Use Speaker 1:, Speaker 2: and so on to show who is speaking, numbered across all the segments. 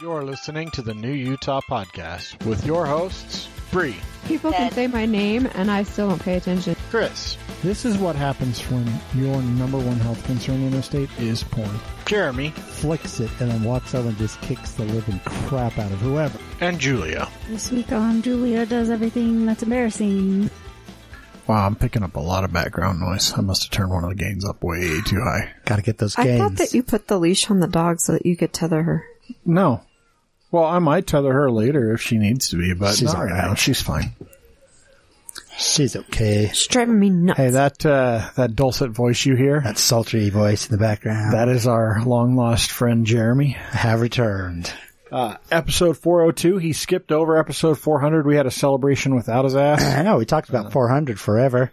Speaker 1: You're listening to the New Utah Podcast with your hosts, Bree,
Speaker 2: People can say my name and I still don't pay attention.
Speaker 1: Chris,
Speaker 3: This is what happens when your number one health concern in the state is porn.
Speaker 1: Jeremy,
Speaker 4: flicks it and then walks over and just kicks the living crap out of whoever.
Speaker 1: and Julia.
Speaker 5: This week on Julia does everything that's embarrassing.
Speaker 1: Wow, I'm picking up a lot of background noise. I must have turned one of the gains up way too high.
Speaker 4: Gotta get those
Speaker 2: I
Speaker 4: gains.
Speaker 2: thought that you put the leash on the dog so that you could tether her.
Speaker 1: No. Well, I might tether her later if she needs to be, but
Speaker 4: She's
Speaker 1: not right
Speaker 4: alright.
Speaker 1: now. She's fine.
Speaker 4: She's okay.
Speaker 2: She's driving me nuts.
Speaker 1: Hey, that uh, that dulcet voice you hear,
Speaker 4: That sultry voice in the background.
Speaker 1: that is our long lost friend Jeremy.
Speaker 4: have returned.
Speaker 1: Uh, episode 402, he skipped over episode 400. We had a celebration without his ass.
Speaker 4: I know, we talked about 400 forever.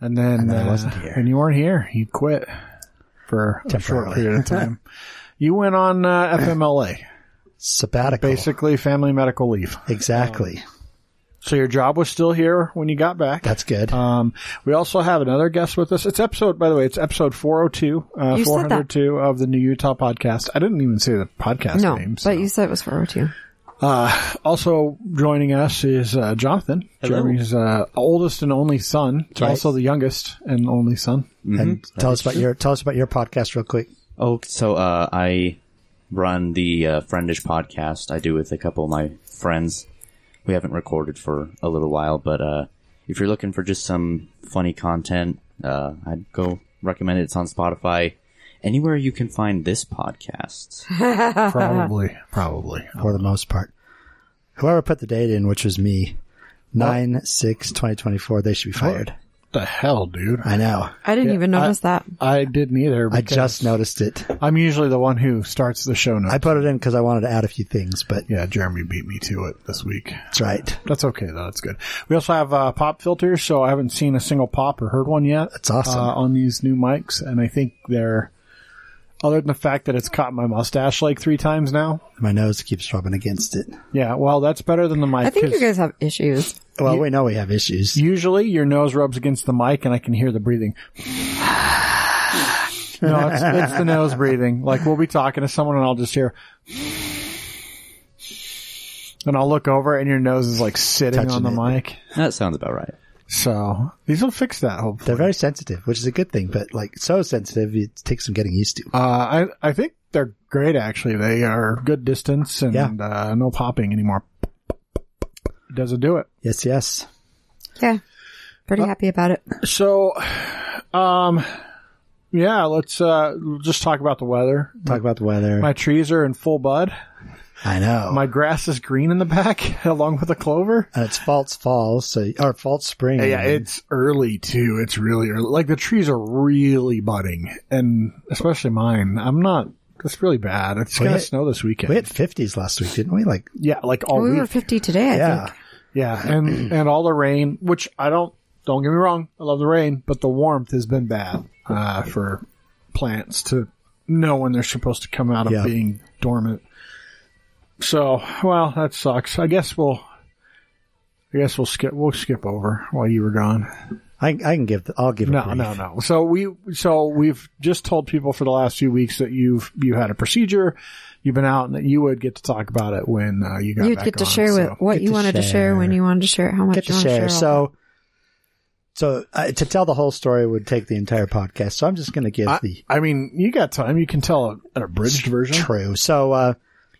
Speaker 1: And then,
Speaker 4: And then I
Speaker 1: uh,
Speaker 4: wasn't here.
Speaker 1: And you weren't here. You quit for a short
Speaker 4: Temporarily.
Speaker 1: period of time. you went on uh, FMLA,
Speaker 4: Sabbatical.
Speaker 1: basically family medical leave.
Speaker 4: uh, Exactly.
Speaker 1: So your job was still here when you got back.
Speaker 4: That's good.
Speaker 1: Um, we also have another guest with us. It's episode, by the way, it's episode 402, uh,
Speaker 2: You said that.
Speaker 1: 402 of the New Utah podcast. I didn't even say the podcast
Speaker 2: no,
Speaker 1: name. so.
Speaker 2: but you said it was 402.
Speaker 1: Uh, also joining us is uh, Jonathan, Jeremy's uh, oldest and only son. It's
Speaker 4: Right.
Speaker 1: also the youngest and only son.
Speaker 4: and tell us about your, tell us about your podcast real quick.
Speaker 6: Oh, so uh, I run the uh, Friendish podcast I do with a couple of my friends. We haven't recorded for a little while, but uh, if you're looking for just some funny content, uh, I'd go recommend it. It's on Spotify. Anywhere you can find this podcast.
Speaker 1: Probably, probably.
Speaker 4: for the most part. Whoever put the date in, which was me, 9 6 2024, they should be fired.
Speaker 1: the hell, dude?
Speaker 4: I know.
Speaker 2: I didn't even notice that.
Speaker 1: I didn't either.
Speaker 4: I
Speaker 1: because
Speaker 4: just noticed it.
Speaker 1: I'm usually the one who starts the show notes.
Speaker 4: I put it in because I wanted to add a few things, but
Speaker 1: yeah, Jeremy beat me to it this week.
Speaker 4: that's right.
Speaker 1: That's okay though. That's good. We also have uh, pop filters, so I haven't seen a single pop or heard one yet.
Speaker 4: That's awesome.
Speaker 1: uh, on these new mics, and I think they're. Other than the fact that it's caught my mustache like three times now,
Speaker 4: My nose keeps rubbing against it.
Speaker 1: yeah. Well, that's better than the mic.
Speaker 2: I think
Speaker 1: 'cause
Speaker 2: you guys have issues.
Speaker 4: Well, we know we have issues.
Speaker 1: usually your nose rubs against the mic, and I can hear the breathing. no, it's, it's the nose breathing. Like we'll be talking to someone, and I'll just hear, and I'll look over, and your nose is like sitting
Speaker 4: Touching
Speaker 1: on the
Speaker 4: it.
Speaker 1: mic.
Speaker 6: That sounds about right.
Speaker 1: So these will fix that. Hopefully,
Speaker 4: They're very sensitive, which is a good thing, but like so sensitive, it takes some getting used to.
Speaker 1: Uh, I I think they're great actually. They are good distance and
Speaker 4: Yeah.
Speaker 1: uh, no popping anymore. Doesn't do it.
Speaker 4: Yes, yes.
Speaker 2: Yeah. Pretty happy about it.
Speaker 1: So, um, yeah, let's uh just talk about the weather.
Speaker 4: Talk about the weather.
Speaker 1: My trees are in full bud.
Speaker 4: I know.
Speaker 1: My grass is green in the back, along with the clover. Mm.
Speaker 4: and it's false fall, so or false spring.
Speaker 1: Yeah, it's early too. It's really early. Like the trees are really budding, and especially mine. I'm not. It's really bad. It's
Speaker 4: We
Speaker 1: gonna
Speaker 4: hit-
Speaker 1: snow this weekend.
Speaker 4: we had fifties last week, didn't we? Like,
Speaker 1: Yeah, like all
Speaker 2: we
Speaker 1: week.
Speaker 2: were 50 today, I
Speaker 4: yeah,
Speaker 2: think.
Speaker 1: oh, Yeah, and and all the rain, which I don't don't get me wrong, I love the rain, but the warmth has been bad uh, for plants to know when they're supposed to come out of
Speaker 4: Yeah.
Speaker 1: being dormant. So, well, that sucks. I guess we'll I guess we'll skip we'll skip over while you were gone.
Speaker 4: I, I can give. The, I'll give. a
Speaker 1: No,
Speaker 4: brief.
Speaker 1: no, no. So we so we've just told people for the last few weeks that you've you had a procedure, you've been out, and that you would get to talk about it when uh, you got
Speaker 2: You'd
Speaker 1: back
Speaker 2: get to
Speaker 1: on,
Speaker 2: share
Speaker 1: so.
Speaker 2: with what
Speaker 4: Get
Speaker 2: you
Speaker 4: to
Speaker 2: wanted to share,
Speaker 4: share.
Speaker 2: when you wanted to share, it, how much
Speaker 4: Get
Speaker 2: you
Speaker 4: to
Speaker 2: want to share.
Speaker 4: share. So, so uh, to tell the whole story would take the entire podcast. So I'm just going to give the
Speaker 1: I mean, you got time. You can tell a- an abridged version.
Speaker 4: true. So uh,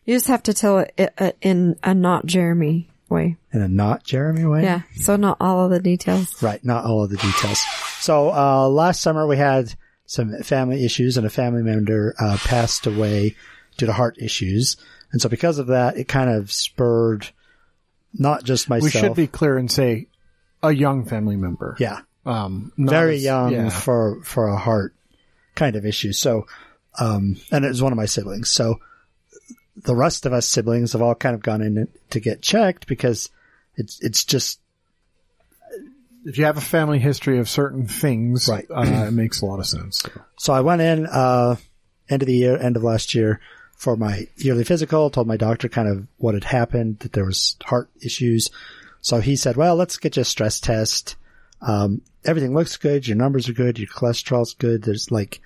Speaker 2: you just have to tell it it- uh, in a not Jeremy way.
Speaker 4: in a not Jeremy way.
Speaker 2: Yeah. So not all of the details.
Speaker 4: Right, not all of the details. So uh, last summer we had some family issues, and a family member uh, passed away due to heart issues, and so because of that, it kind of spurred not just myself.
Speaker 1: We should be clear and say a young family member.
Speaker 4: yeah,
Speaker 1: Um, not
Speaker 4: very
Speaker 1: as-
Speaker 4: young
Speaker 1: yeah.
Speaker 4: for for a heart kind of issue. So, um, and it was one of my siblings. So the rest of us siblings have all kind of gone in to get checked because it's it's just
Speaker 1: if you have a family history of certain things,
Speaker 4: Right.
Speaker 1: uh, it makes a lot of sense.
Speaker 4: So I went in uh, end of the year, end of last year for my yearly physical. Told my doctor kind of what had happened, that there was heart issues. So he said, "Well, let's get you a stress test. Um, everything looks good. Your numbers are good. Your cholesterol's good. There's like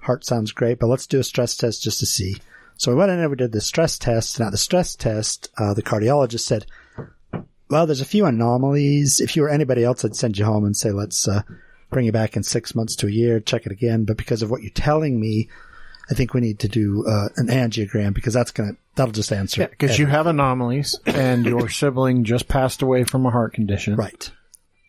Speaker 4: heart sounds great, but let's do a stress test just to see." So we went in and we did the stress test. And at the stress test, uh, the cardiologist said, well, there's a few anomalies. If you were anybody else, I'd send you home and say, let's uh, bring you back in six months to a year, check it again. But because of what you're telling me, I think we need to do uh, an angiogram because that's going to, that'll just answer.
Speaker 1: Yeah, because you have anomalies, and your sibling just passed away from a heart condition.
Speaker 4: Right.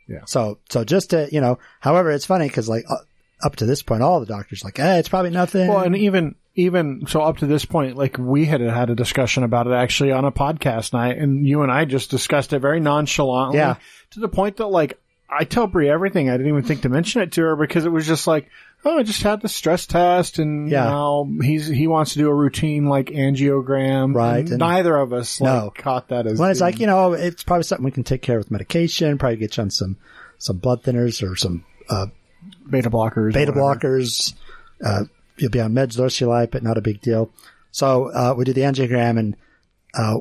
Speaker 1: Yeah.
Speaker 4: So, so just to, you know, however, it's funny because like uh, up to this point, all the doctors like, eh, it's probably nothing.
Speaker 1: Well, and even even so, up to this point, like we had had a discussion about it actually on a podcast night, and you and I just discussed it very nonchalantly.
Speaker 4: Yeah.
Speaker 1: To the point that like I tell Brie everything. I didn't even think to mention it to her because it was just like, oh, I just had the stress test, and
Speaker 4: Yeah.
Speaker 1: now he's he wants to do a routine like angiogram.
Speaker 4: Right,
Speaker 1: And
Speaker 4: and-
Speaker 1: neither of us like
Speaker 4: No.
Speaker 1: caught that as
Speaker 4: Well, it's
Speaker 1: being-
Speaker 4: like you know, it's probably something we can take care of with medication. Probably get you on some some blood thinners or some uh,
Speaker 1: beta blockers, or
Speaker 4: beta
Speaker 1: whatever.
Speaker 4: blockers. Uh, you'll be on meds the rest of your life, but not a big deal. So uh, we did the angiogram, and uh,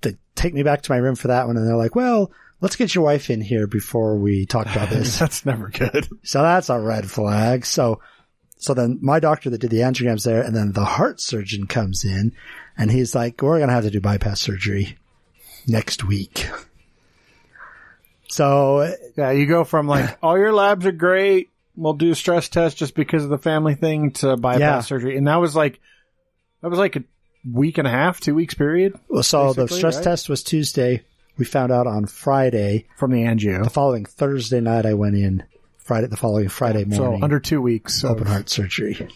Speaker 4: they take me back to my room for that one, and they're like, "Well, let's get your wife in here before we talk about this."
Speaker 1: That's never good.
Speaker 4: So that's a red flag. So, so then my doctor that did the angiograms there and then the heart surgeon comes in and he's like, we're going to have to do bypass surgery next week. So
Speaker 1: Yeah, you go from like all your labs are great. We'll do a stress test just because of the family thing to bypass
Speaker 4: Yeah.
Speaker 1: surgery, and that was like that was like a week and a half, two weeks period
Speaker 4: Well, so the
Speaker 1: Basically,
Speaker 4: stress
Speaker 1: right?
Speaker 4: test was Tuesday. We found out on Friday.
Speaker 1: from the
Speaker 4: The
Speaker 1: angio.
Speaker 4: following Thursday night, I went in Friday, the following Friday
Speaker 1: So
Speaker 4: morning.
Speaker 1: under two weeks. So.
Speaker 4: open heart surgery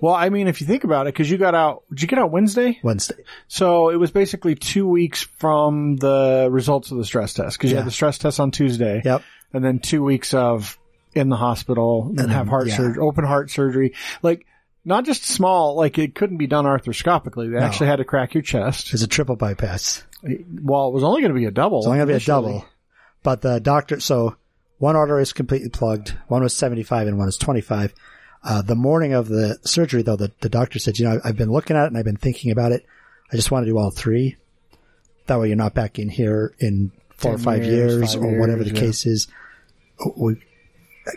Speaker 1: Well, I mean, if you think about it, because you got out, did you get out Wednesday?
Speaker 4: Wednesday.
Speaker 1: So it was basically two weeks from the results of the stress test because you
Speaker 4: Yeah.
Speaker 1: had the stress test on Tuesday.
Speaker 4: Yep.
Speaker 1: and then two weeks of in the hospital and have heart
Speaker 4: yeah.
Speaker 1: surgery, open heart surgery. Like, not just small, like it couldn't be done arthroscopically. They actually had to crack your chest.
Speaker 4: It's a triple bypass.
Speaker 1: Well, it was only going to be a double.
Speaker 4: It's only gonna be a
Speaker 1: initially.
Speaker 4: double. But the doctor, so one artery is completely plugged. One was 75 and one is 25. Uh, the morning of the surgery though, the, the doctor said, you know, I've been looking at it and I've been thinking about it. I just want to do all three. That way you're not back in here in four or
Speaker 1: Ten
Speaker 4: five years,
Speaker 1: years, five
Speaker 4: or whatever
Speaker 1: years,
Speaker 4: the
Speaker 1: yeah.
Speaker 4: case is. We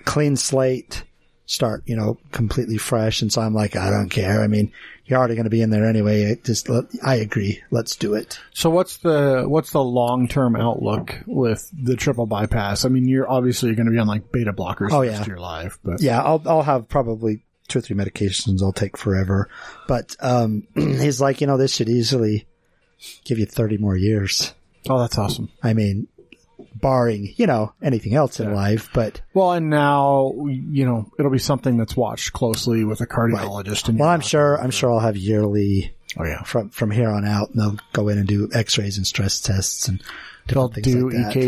Speaker 4: clean slate start, you know, completely fresh. And so I'm like, I don't care. I mean, you're already going to be in there anyway. It just, let, I agree. Let's do it.
Speaker 1: So what's the what's the long term outlook with the triple bypass? I mean, you're obviously going to be on like beta blockers
Speaker 4: Oh,
Speaker 1: the rest
Speaker 4: yeah.
Speaker 1: of your life, but
Speaker 4: yeah, I'll I'll have probably two or three medications I'll take forever. But um, he's like, you know, this should easily give you thirty more years.
Speaker 1: oh, that's awesome.
Speaker 4: I mean, barring you know anything else in life, but
Speaker 1: Well, and now you know it'll be something that's watched closely with a cardiologist. And
Speaker 4: well, I'm sure I'm sure I'll have yearly
Speaker 1: Oh yeah,
Speaker 4: from from here on out, and they'll go in and do X-rays and stress tests and
Speaker 1: They'll
Speaker 4: different things
Speaker 1: do
Speaker 4: like that.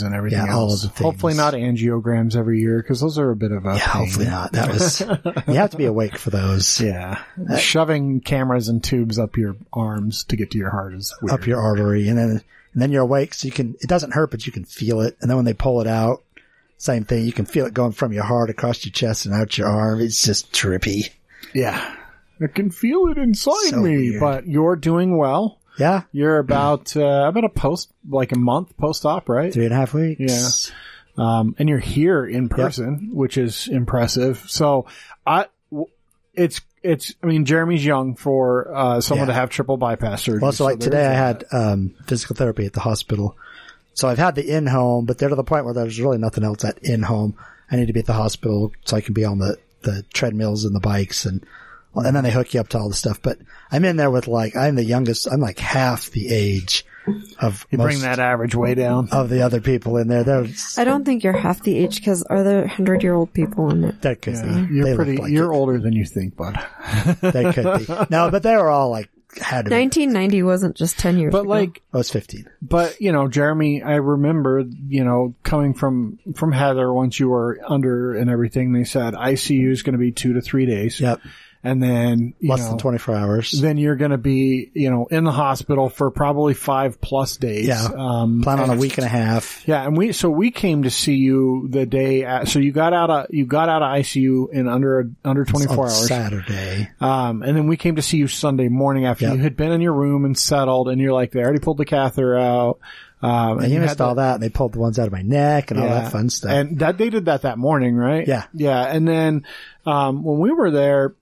Speaker 1: EKGs and everything
Speaker 4: Yeah, all
Speaker 1: else.
Speaker 4: of the things.
Speaker 1: Hopefully not angiograms every year because those are a bit of a
Speaker 4: Yeah,
Speaker 1: pain.
Speaker 4: hopefully not. That was you have to be awake for those.
Speaker 1: Yeah,
Speaker 4: Uh,
Speaker 1: shoving cameras and tubes up your arms to get to your heart is weird.
Speaker 4: up your artery and then and then you're awake so you can it doesn't hurt but you can feel it and then when they pull it out same thing you can feel it going from your heart across your chest and out your arm it's just trippy
Speaker 1: yeah, I can feel it inside
Speaker 4: So
Speaker 1: me.
Speaker 4: weird. Mm.
Speaker 1: But you're doing well.
Speaker 4: yeah
Speaker 1: You're about uh, about a post like a month post op, right?
Speaker 4: three and a half weeks
Speaker 1: Yeah. Um, and you're here in person, which is impressive. So I, w- it's it's. I mean, Jeremy's young for uh, someone
Speaker 4: Yeah.
Speaker 1: to have triple bypass surgery.
Speaker 4: well so like
Speaker 1: there's
Speaker 4: today i
Speaker 1: that.
Speaker 4: had um physical therapy at the hospital so i've had the in-home but they're to the point where there's really nothing else at in-home i need to be at the hospital so i can be on the the treadmills and the bikes and and then they hook you up to all the stuff but i'm in there with like i'm the youngest i'm like half the age of
Speaker 1: You bring
Speaker 4: most-
Speaker 1: that average way down.
Speaker 4: of the other people in there. They're
Speaker 2: I don't think you're half the age because are there hundred year old people in it?
Speaker 4: there could
Speaker 1: Yeah,
Speaker 4: be.
Speaker 1: Uh, you're
Speaker 4: They look
Speaker 1: pretty.
Speaker 4: Like
Speaker 1: you're older than you think, bud.
Speaker 4: it. They could be. No, but they were all like had. To be.
Speaker 2: Nineteen ninety wasn't just ten years.
Speaker 1: But
Speaker 2: ago.
Speaker 1: like,
Speaker 4: I was fifteen.
Speaker 1: but you know, Jeremy, I remember, you know, coming from from Heather once you were under and everything. They said ICU is going to be two to three days,
Speaker 4: Yep,
Speaker 1: and then you
Speaker 4: less
Speaker 1: know,
Speaker 4: than twenty four hours.
Speaker 1: Then you're going to be, you know, in the hospital for probably five plus days.
Speaker 4: Yeah.
Speaker 1: Um,
Speaker 4: Plan on a week and a half.
Speaker 1: yeah, and we so we came to see you the day at, so you got out of you got out of ICU in under under 24
Speaker 4: on
Speaker 1: hours.
Speaker 4: Saturday.
Speaker 1: Um, and then we came to see you Sunday morning after
Speaker 4: Yep.
Speaker 1: you had been in your room and settled, and you're like, they already pulled the catheter out. Um,
Speaker 4: And you
Speaker 1: had
Speaker 4: missed all that, and they pulled the ones out of my neck and all
Speaker 1: yeah.
Speaker 4: that fun stuff.
Speaker 1: And that they did that that morning, right?
Speaker 4: Yeah.
Speaker 1: yeah. And then um, when we were there,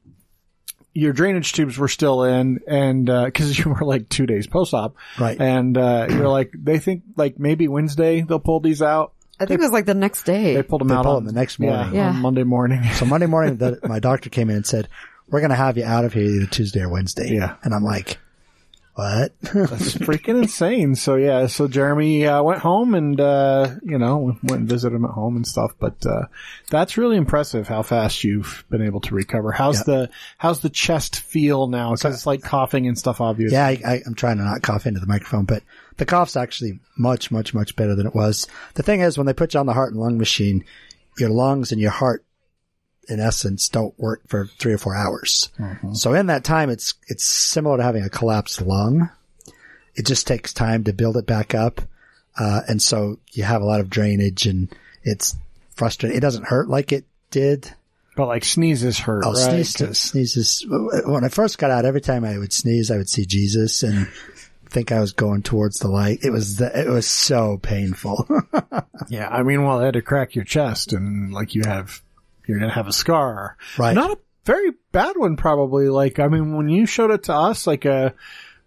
Speaker 1: your drainage tubes were still in, and because you were like two days post op,
Speaker 4: Right.
Speaker 1: And uh, you're like, they think like maybe Wednesday they'll pull these out.
Speaker 2: I think it was like the next day.
Speaker 1: They pulled them
Speaker 4: They
Speaker 1: out
Speaker 4: pull
Speaker 1: on
Speaker 4: them the next
Speaker 1: um, yeah,
Speaker 4: morning.
Speaker 2: Yeah.
Speaker 1: on Monday morning.
Speaker 4: So Monday morning, the, my doctor came in and said, "We're going to have you out of here either Tuesday or Wednesday."
Speaker 1: Yeah.
Speaker 4: and I'm like, "What?"
Speaker 1: It's freaking insane. So yeah, so Jeremy uh, went home and uh, you know went and visited him at home and stuff. But uh, that's really impressive how fast you've been able to recover. How's
Speaker 4: Yeah.
Speaker 1: the how's the chest feel now? Because it's like coughing and stuff. Obviously,
Speaker 4: yeah, I, I, I'm trying to not cough into the microphone, but the cough's actually much, much, much better than it was. The thing is, when they put you on the heart and lung machine, your lungs and your heart, in essence, don't work for three or four hours. So in that time, it's it's similar to having a collapsed lung. It just takes time to build it back up, uh, and so you have a lot of drainage, and it's frustrating. It doesn't hurt like it did
Speaker 1: but like sneezes hurt.
Speaker 4: Oh,
Speaker 1: right?
Speaker 4: sneezes,
Speaker 1: 'Cause-
Speaker 4: sneezes. When I first got out, every time I would sneeze, I would see Jesus and think I was going towards the light. It was the, it was so painful.
Speaker 1: Yeah, I mean, well, they had to crack your chest and like you have, you're gonna have a scar.
Speaker 4: Right.
Speaker 1: Not a very bad one, probably. Like, I mean, when you showed it to us, like a,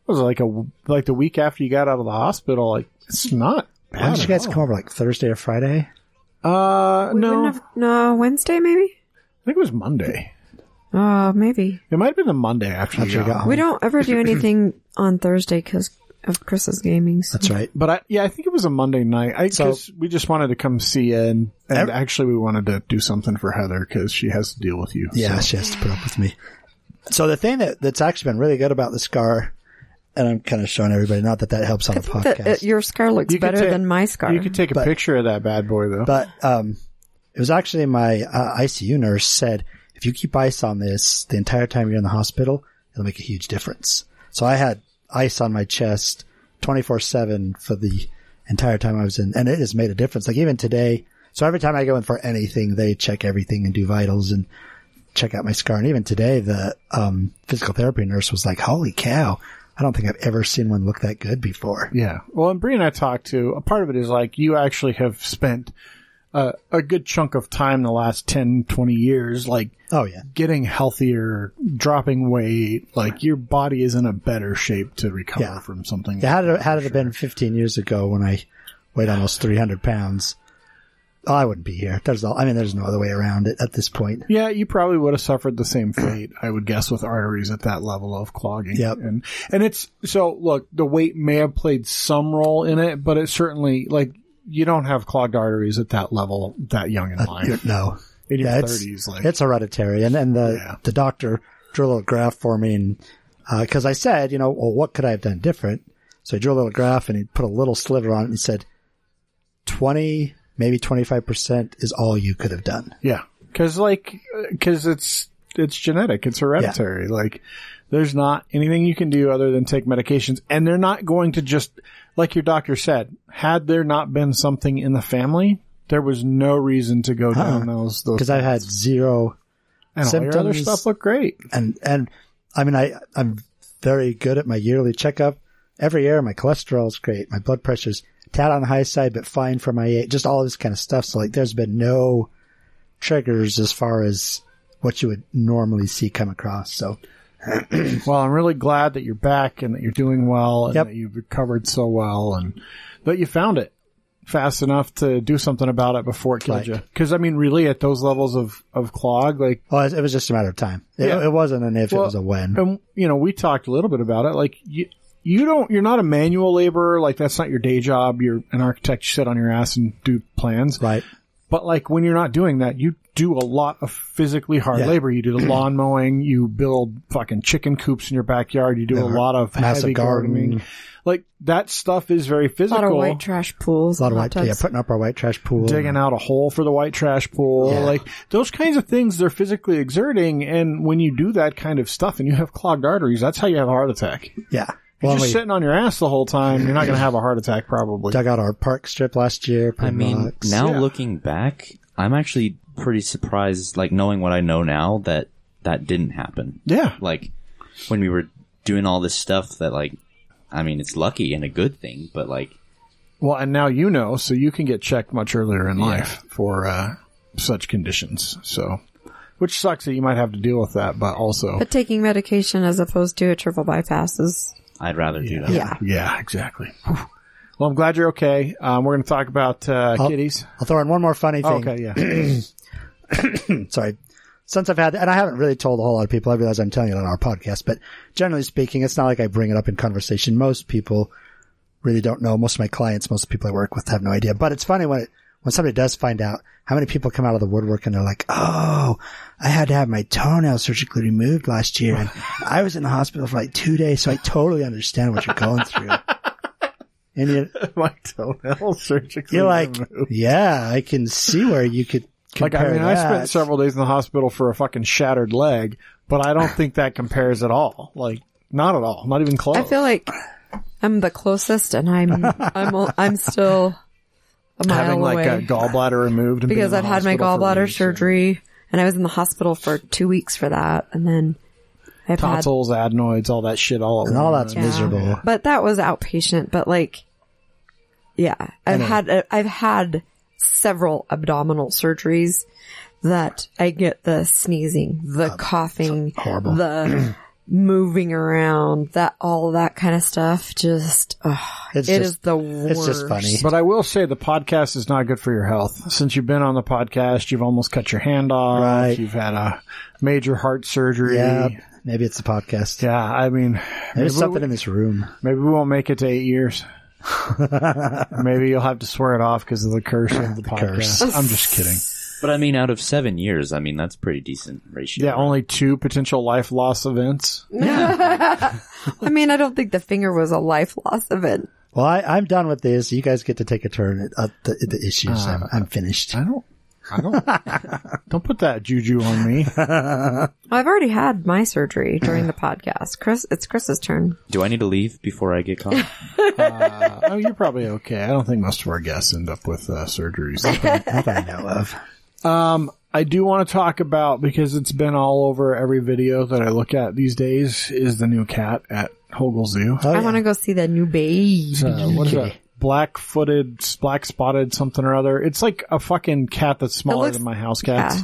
Speaker 1: what was it like a, like the week after you got out of the hospital, like it's not.
Speaker 4: Why
Speaker 1: Bad
Speaker 4: did you
Speaker 1: at
Speaker 4: guys
Speaker 1: all.
Speaker 4: come over like Thursday or Friday?
Speaker 1: Uh,
Speaker 2: We
Speaker 1: no,
Speaker 2: wouldn't have- no, Wednesday maybe.
Speaker 1: I think it was Monday.
Speaker 2: Uh, maybe
Speaker 1: It might have been the Monday after,
Speaker 4: After
Speaker 1: you got. home.
Speaker 2: we don't ever do anything on Thursday because of Chris's gamings.
Speaker 4: That's right.
Speaker 1: But I, yeah, I think it was a Monday night. I
Speaker 4: So-
Speaker 1: because we just wanted to come see you, and, and
Speaker 4: Ev-
Speaker 1: actually we wanted to do something for Heather because she has to deal with you.
Speaker 4: Yeah,
Speaker 1: so.
Speaker 4: she has to put up with me. So the thing that, that's actually been really good about the scar, and I'm kind of showing everybody, not that that helps on the
Speaker 2: That-
Speaker 4: podcast.
Speaker 2: uh, your scar looks
Speaker 1: You could
Speaker 2: better
Speaker 1: take-
Speaker 2: than my scar.
Speaker 1: You could take a
Speaker 4: But-
Speaker 1: picture of that bad boy though.
Speaker 4: But um, it was actually my uh, ICU nurse said, if you keep ice on this the entire time you're in the hospital, it'll make a huge difference. So I had ice on my chest 24 seven for the entire time I was in, and it has made a difference. Like even today, so every time I go in for anything, they check everything and do vitals and check out my scar. And even today, the um, physical therapy nurse was like, "Holy cow! I don't think I've ever seen one look that good before."
Speaker 1: Yeah. Well, and Bree and I talked to a part of it is like you actually have spent uh, a good chunk of time the last 10, 20 years, like
Speaker 4: Oh yeah,
Speaker 1: getting healthier, dropping weight, like your body is in a better shape to recover
Speaker 4: Yeah.
Speaker 1: from something.
Speaker 4: Yeah, had it, had it been 15 years ago when I weighed almost 300 pounds, Oh, I wouldn't be here. There's all, I mean, there's no other way around it at this point.
Speaker 1: Yeah, you probably would have suffered the same fate, I would guess, with arteries at that level of clogging.
Speaker 4: Yep.
Speaker 1: And and it's so look, the weight may have played some role in it, but it certainly like you don't have clogged arteries at that level that young
Speaker 4: Uh,
Speaker 1: in life.
Speaker 4: No.
Speaker 1: In your
Speaker 4: Yeah, it's,
Speaker 1: 30s, like
Speaker 4: it's hereditary. And then the,
Speaker 1: Yeah.
Speaker 4: the doctor drew a little graph for me and, uh 'cause cause I said, you know, well, what could I have done different? So he drew a little graph and he put a little sliver on it and said 20, maybe 25% is all you could have done.
Speaker 1: Yeah, because like because it's it's genetic, it's hereditary. Like there's not anything you can do other than take medications, and they're not going to just like your doctor said. Had there not been something in the family, there was no reason to go down those those.
Speaker 4: Cause I've had zero
Speaker 1: and all your other
Speaker 4: symptoms-
Speaker 1: stuff looked great.
Speaker 4: and and I mean I I'm very good at my yearly checkup. Every year my cholesterol's great, my blood pressure's tad on the high side but fine for my age, just all this kind of stuff. So like there's been no triggers as far as what you would normally see come across. So
Speaker 1: Well, I'm really glad that you're back and that you're doing well and
Speaker 4: Yep.
Speaker 1: that you've recovered so well and that you found it fast enough to do something about it before it killed
Speaker 4: Right.
Speaker 1: you. Because I mean, really, at those levels of of clog, like
Speaker 4: well, it was just a matter of time. It,
Speaker 1: Yeah.
Speaker 4: it wasn't an if, it
Speaker 1: Well,
Speaker 4: was a when.
Speaker 1: and you know we talked a little bit about it like you you don't you're not a manual laborer like that's not your day job you're an architect you sit on your ass and do plans
Speaker 4: Right.
Speaker 1: but like when you're not doing that you do a lot of physically hard
Speaker 4: Yeah.
Speaker 1: labor you do the lawn mowing you build fucking chicken coops in your backyard you do a
Speaker 4: Yeah.
Speaker 1: lot of
Speaker 4: Uh-huh. Massive
Speaker 1: heavy gardening
Speaker 4: garden.
Speaker 1: like that stuff is very
Speaker 2: a lot
Speaker 1: physical
Speaker 2: of white trash pools.
Speaker 4: A lot of
Speaker 2: hot
Speaker 4: white
Speaker 2: tubs.
Speaker 4: yeah, putting up our white trash pool.
Speaker 1: digging out a hole for the white trash pool.
Speaker 4: Yeah.
Speaker 1: Like those kinds of things, they're physically exerting. And when you do that kind of stuff and you have clogged arteries, that's how you have a heart attack.
Speaker 4: Yeah.
Speaker 1: You're
Speaker 4: Well,
Speaker 1: just
Speaker 4: we
Speaker 1: sitting on your ass the whole time. You're not going to have a heart attack, probably.
Speaker 4: dug out our park strip last year. put
Speaker 6: I mean,
Speaker 4: rocks.
Speaker 6: now
Speaker 1: Yeah.
Speaker 6: looking back, I'm actually pretty surprised, like knowing what I know now, that that didn't happen.
Speaker 1: Yeah.
Speaker 6: Like when we were doing all this stuff, that like, I mean, it's lucky and a good thing, but like,
Speaker 1: Well, and now you know, so you can get checked much earlier in life for uh, such conditions. So which sucks that you might have to deal with that, but also,
Speaker 2: But taking medication as opposed to a triple bypass is,
Speaker 6: I'd rather do that.
Speaker 2: yeah.
Speaker 1: yeah, exactly. Whew. Well, I'm glad you're okay. Um, we're going to talk about uh,
Speaker 4: Oh,
Speaker 1: kitties.
Speaker 4: I'll throw in one more funny
Speaker 1: Oh,
Speaker 4: thing.
Speaker 1: okay, yeah.
Speaker 4: sorry. Since I've had, and I haven't really told a whole lot of people, I realize I'm telling it on our podcast, but generally speaking, it's not like I bring it up in conversation. Most people really don't know. Most of my clients, most of the people I work with have no idea, but it's funny when it, when somebody does find out how many people come out of the woodwork and they're like, Oh, I had to have my toenail surgically removed last year. And I was in the hospital for like two days. So I totally understand what you're going through. And you
Speaker 1: My toenail surgically.
Speaker 4: you're like,
Speaker 1: removed.
Speaker 4: yeah, I can see where you could
Speaker 1: like
Speaker 4: compare
Speaker 1: I mean, I
Speaker 4: that."
Speaker 1: spent several days in the hospital for a fucking shattered leg, but I don't think that compares at all. Like, not at all. Not even close.
Speaker 2: I feel like I'm the closest and I'm, I'm, al- I'm still a mile
Speaker 1: having
Speaker 2: away.
Speaker 1: like a gallbladder removed and being in
Speaker 2: because
Speaker 1: the
Speaker 2: I've had my
Speaker 1: hospital for
Speaker 2: gallbladder
Speaker 1: weeks.
Speaker 2: surgery and I was in the hospital for two weeks for that. And then I've had,
Speaker 1: tonsils, adenoids, all that shit, all at
Speaker 4: and all
Speaker 1: once.
Speaker 4: that's
Speaker 2: Yeah.
Speaker 4: miserable.
Speaker 2: but that was outpatient, but like, yeah, I've had, uh, I've had several abdominal surgeries that I get the sneezing, the coughing,
Speaker 4: horrible.
Speaker 2: the moving around, that, all that kind of stuff. Just, ugh,
Speaker 4: It's
Speaker 2: it
Speaker 4: just-
Speaker 2: is the worst.
Speaker 4: It's just funny.
Speaker 1: But I will say the podcast is not good for your health. Since you've been on the podcast, you've almost cut your hand off.
Speaker 4: Right.
Speaker 1: You've had a major heart surgery.
Speaker 4: Yeah, maybe it's the podcast.
Speaker 1: Yeah, I mean, maybe,
Speaker 4: There's something
Speaker 1: we,
Speaker 4: in this room.
Speaker 1: maybe we won't make it to eight years. maybe you'll have to swear it off because of the curse of the podcast.
Speaker 4: curse.
Speaker 1: I'm just kidding.
Speaker 6: But I mean, out of seven years, I mean, that's pretty decent ratio.
Speaker 1: Yeah, only two potential life loss events.
Speaker 2: I mean, I don't think the finger was a life loss event.
Speaker 4: Well, I, I'm done with this. You guys get to take a turn at, at the, at the issues.
Speaker 1: Ah.
Speaker 4: I'm, I'm finished.
Speaker 1: I don't. I don't. don't put that juju on me.
Speaker 2: Well, I've already had my surgery during the podcast. Chris, it's Chris's turn.
Speaker 6: Do I need to leave before I get caught?
Speaker 1: Oh, you're probably okay. I don't think most of our guests end up with uh, surgeries.
Speaker 4: That I know of.
Speaker 1: I do want to talk about because it's been all over every video that I look at these days is the new cat at Hogel Zoo.
Speaker 4: Oh,
Speaker 2: I
Speaker 4: yeah.
Speaker 2: want to go see that new baby.
Speaker 1: Uh, what is that? Black footed, black spotted, something or other. It's like a fucking cat that's smaller
Speaker 2: looks-
Speaker 1: than my house
Speaker 2: Yeah.
Speaker 1: cats.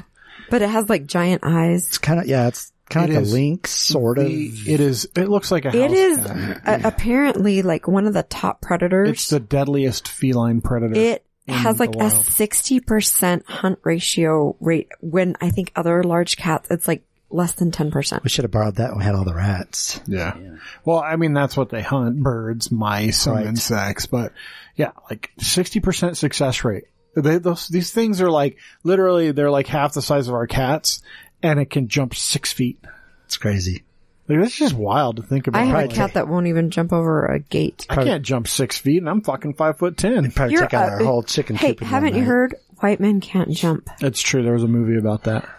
Speaker 2: But it has like giant eyes.
Speaker 4: It's kind of yeah. It's kind
Speaker 1: It
Speaker 4: of like
Speaker 1: is.
Speaker 4: a link, sort of.
Speaker 1: It is. It looks like a house
Speaker 2: It is
Speaker 1: cat.
Speaker 2: uh, apparently like one of the top predators.
Speaker 1: It's the deadliest feline predator.
Speaker 2: it
Speaker 1: in
Speaker 2: has
Speaker 1: the
Speaker 2: like a
Speaker 1: wild.
Speaker 2: 60% hunt ratio rate when I think other large cats, it's like less than 10%.
Speaker 4: we should have borrowed that. one. had all the rats.
Speaker 1: Yeah. Well, I mean, that's what they hunt birds, mice, and insects. But yeah, like 60% success rate. They, those, these things are like literally, they're like half the size of our cats and it can jump six feet.
Speaker 4: It's crazy.
Speaker 1: Like, that's just wild to think about.
Speaker 2: I have a
Speaker 1: Like,
Speaker 2: cat that won't even jump over a gate.
Speaker 1: I can't jump six feet and I'm fucking five foot ten.
Speaker 4: Probably
Speaker 2: You're
Speaker 4: took out
Speaker 2: a-
Speaker 4: our whole chicken.
Speaker 2: Hey,
Speaker 4: coop in one
Speaker 2: haven't you
Speaker 4: night.
Speaker 2: heard? White men can't jump.
Speaker 1: That's true. There was a movie about that.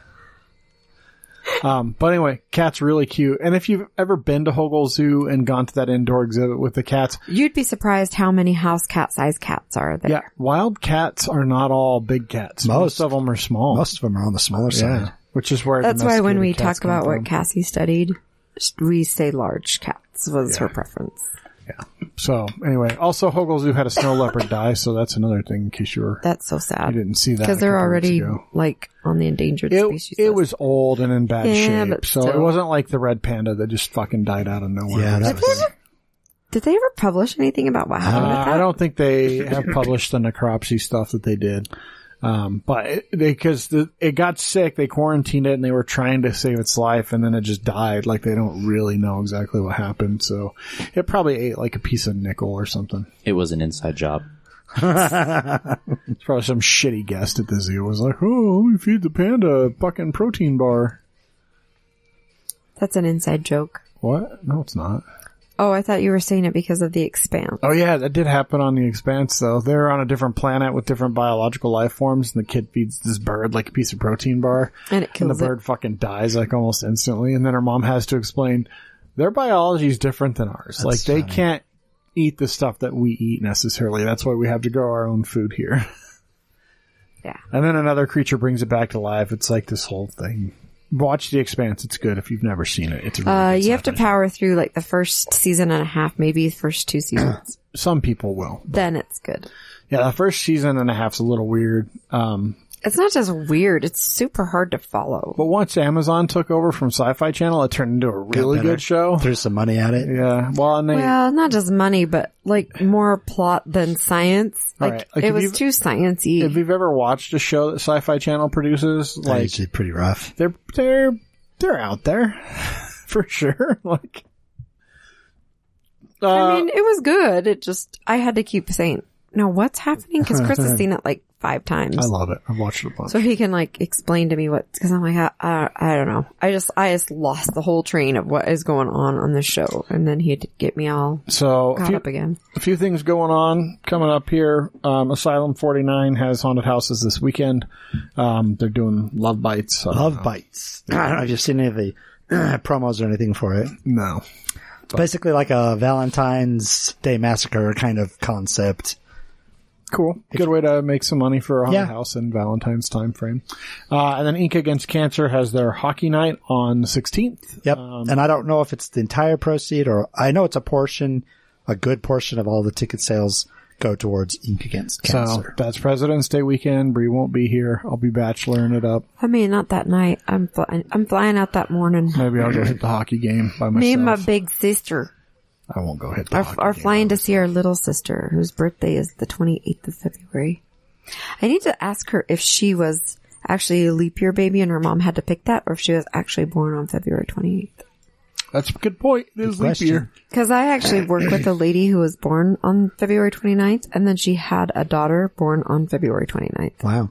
Speaker 1: Um, but anyway, cat's really cute. And if you've ever been to Hogel Zoo and gone to that indoor exhibit with the cats,
Speaker 2: You'd be surprised how many house cat size cats are there.
Speaker 1: Yeah, wild cats are not all big cats. Most,
Speaker 4: Most.
Speaker 1: of them are small.
Speaker 4: Most of them are on the smaller
Speaker 1: yeah,
Speaker 4: side.
Speaker 1: which is where
Speaker 2: That's why when
Speaker 1: domesticated
Speaker 2: we
Speaker 1: cats
Speaker 2: talk
Speaker 1: come
Speaker 2: about
Speaker 1: from.
Speaker 2: what Cassie studied, we say large cats was her preference.
Speaker 1: So anyway, also Hogel Zoo had a snow leopard die, so that's another thing. In case you were,
Speaker 2: That's so
Speaker 1: you
Speaker 2: sad
Speaker 1: didn't see that
Speaker 2: because
Speaker 1: a
Speaker 2: they're
Speaker 1: couple weeks
Speaker 2: already
Speaker 1: ago.
Speaker 2: like on the endangered
Speaker 1: It,
Speaker 2: species.
Speaker 1: it
Speaker 2: list.
Speaker 1: was old and in bad
Speaker 2: Yeah,
Speaker 1: shape,
Speaker 2: but
Speaker 1: so it
Speaker 2: still.
Speaker 1: wasn't like the red panda that just fucking died out of nowhere.
Speaker 4: Yeah, that
Speaker 1: Uh,
Speaker 4: was.
Speaker 2: Did they ever publish anything about what happened with that?
Speaker 1: I don't think they have published the necropsy stuff that they did. Um, but it, because the, it got sick, they quarantined it and they were trying to save its life and then it just died. Like they don't really know exactly what happened. So it probably ate like a piece of nickel or something.
Speaker 6: it was an inside job.
Speaker 1: It's probably some shitty guest at the zoo was like, Oh, let me feed the panda a fucking protein bar.
Speaker 2: That's an inside joke.
Speaker 1: What? No, it's not.
Speaker 2: Oh, I thought you were saying it because of the expanse.
Speaker 1: Oh yeah, that did happen on the expanse though. They're on a different planet with different biological life forms and the kid feeds this bird like a piece of protein bar.
Speaker 2: And it
Speaker 1: Uh, and the
Speaker 2: kills it.
Speaker 1: bird fucking dies like almost instantly and then her mom has to explain their biology is different than ours like they can't eat the stuff that we eat necessarily that's why we have to grow our own food here
Speaker 2: Yeah.
Speaker 1: and then another creature brings it back to life it's like this whole thing watch the expanse it's good if you've never seen it it's a really
Speaker 2: Uh,
Speaker 1: good
Speaker 2: you have to
Speaker 1: series.
Speaker 2: power through like the first season and a half, maybe the first two seasons.
Speaker 1: some people will
Speaker 2: then it's good.
Speaker 1: yeah the first season and a half's a little weird um
Speaker 2: It's not just weird, it's super hard to follow.
Speaker 1: But once Amazon took over from Sci-Fi Channel, it turned into a really
Speaker 4: better.
Speaker 1: good show.
Speaker 4: Threw some money at it.
Speaker 1: Yeah. Well, and they,
Speaker 2: Well, not just money, but like more plot than science. Like,
Speaker 1: Right. Like,
Speaker 2: it
Speaker 1: if
Speaker 2: was
Speaker 1: you've-
Speaker 2: too sciencey.
Speaker 1: if you've ever watched a show that Sci-Fi Channel produces,
Speaker 4: That's
Speaker 1: like
Speaker 4: usually pretty rough.
Speaker 1: they're they're they're out there for sure. Like,
Speaker 2: I
Speaker 1: uh,
Speaker 2: mean, it was good. It just I had to keep saying, "No, what's happening?" Because Chris has seen it like five times,
Speaker 1: I love it. I've watched it a bunch.
Speaker 2: so he can like explain to me what. Because I'm like, I, I, I don't know. I just I just lost the whole train of what is going on on the show, and then he'd get me all
Speaker 1: So a
Speaker 2: caught
Speaker 1: few,
Speaker 2: up again.
Speaker 1: a few things going on coming up here. Um, Asylum 49 has haunted houses this weekend. Um, they're doing love bites. so-
Speaker 4: Love bites. I don't know if you've seen any of the promos or anything for it.
Speaker 1: No.
Speaker 4: It's basically like a Valentine's Day massacre kind of concept.
Speaker 1: Cool. Good way to make some money for a haunted
Speaker 4: Yeah.
Speaker 1: house in Valentine's time frame. Uh, and then Ink Against Cancer has their hockey night on the 16th.
Speaker 4: Yep. and I don't know if it's the entire proceed or I know it's a portion, a good portion of all the ticket sales go towards Ink Against Cancer.
Speaker 1: So that's President's Day weekend. Bree won't be here. I'll be bacheloring it up.
Speaker 2: I mean, not that night. I'm flying. I'm flying out that morning.
Speaker 1: Maybe I'll go hit the hockey game by myself.
Speaker 2: Me and my big sister
Speaker 1: I won't go hit the
Speaker 2: are,
Speaker 1: hockey
Speaker 2: are
Speaker 1: game.
Speaker 2: flying to see our little sister, whose birthday is the 28th of February. I need to ask her if she was actually a leap year baby and her mom had to pick that, or if she was actually born on February 28th.
Speaker 1: That's a good point. It is leap
Speaker 4: question.
Speaker 1: year.
Speaker 2: Because I actually worked with a lady who was born on February 29th, and then she had a daughter born on February 29th.
Speaker 4: wow.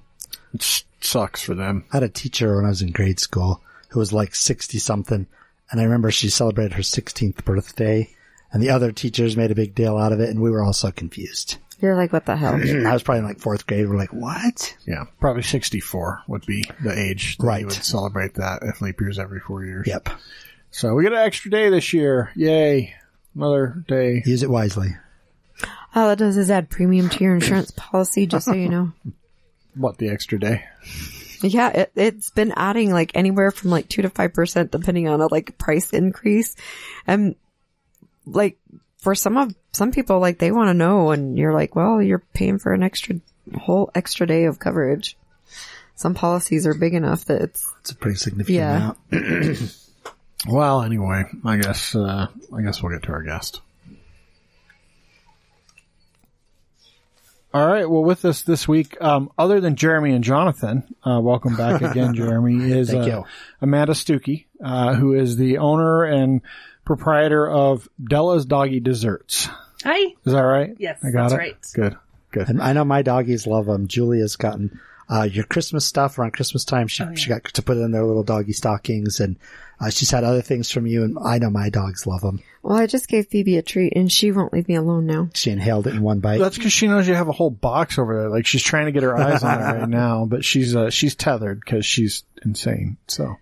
Speaker 1: It s- sucks for them.
Speaker 4: I had a teacher when I was in grade school who was like 60 something. And I remember she celebrated her 16th birthday and the other teachers made a big deal out of it. And we were all so confused.
Speaker 2: You're like, what the hell?
Speaker 4: I was probably in like fourth grade. We're like, what?
Speaker 1: Yeah, probably 64 would be the age that
Speaker 4: Right.
Speaker 1: you would celebrate that if leap year's every four years.
Speaker 4: Yep.
Speaker 1: So we get an extra day this year. Yay. Another day.
Speaker 4: Use it wisely.
Speaker 2: All it does is add premium to your insurance policy, just so you know.
Speaker 1: What, the extra day?
Speaker 2: Yeah, it, it's been adding like anywhere from like two to five percent, depending on a like price increase, and like for some of some people, like they want to know, and you're like, well, you're paying for an extra whole extra day of coverage. Some policies are big enough that it's
Speaker 4: It's a pretty significant
Speaker 2: Yeah.
Speaker 4: amount.
Speaker 1: Well, anyway, I guess, uh, I guess we'll get to our guest. All right. Well, with us this week, um, other than Jeremy and Jonathan, uh, welcome back again, Jeremy, is
Speaker 4: Thank
Speaker 1: uh,
Speaker 4: you.
Speaker 1: Amanda Stuckey, uh, who is the owner and proprietor of Della's Doggy Desserts.
Speaker 7: Hi.
Speaker 1: Is that right?
Speaker 7: Yes,
Speaker 1: I got
Speaker 7: that's
Speaker 1: it.
Speaker 7: right.
Speaker 1: Good. Good.
Speaker 4: And I know my doggies love them. Julia's gotten uh, your Christmas stuff around Christmas time. She,
Speaker 7: Oh,
Speaker 4: she got to put it in their little doggy stockings, and uh, she's had other things from you. And I know my dogs love them.
Speaker 2: well, I just gave Phoebe a treat, and she won't leave me alone now.
Speaker 4: She inhaled it in one bite.
Speaker 1: That's because she knows you have a whole box over there. Like she's trying to get her eyes on it right now, but she's uh, she's tethered because she's insane. So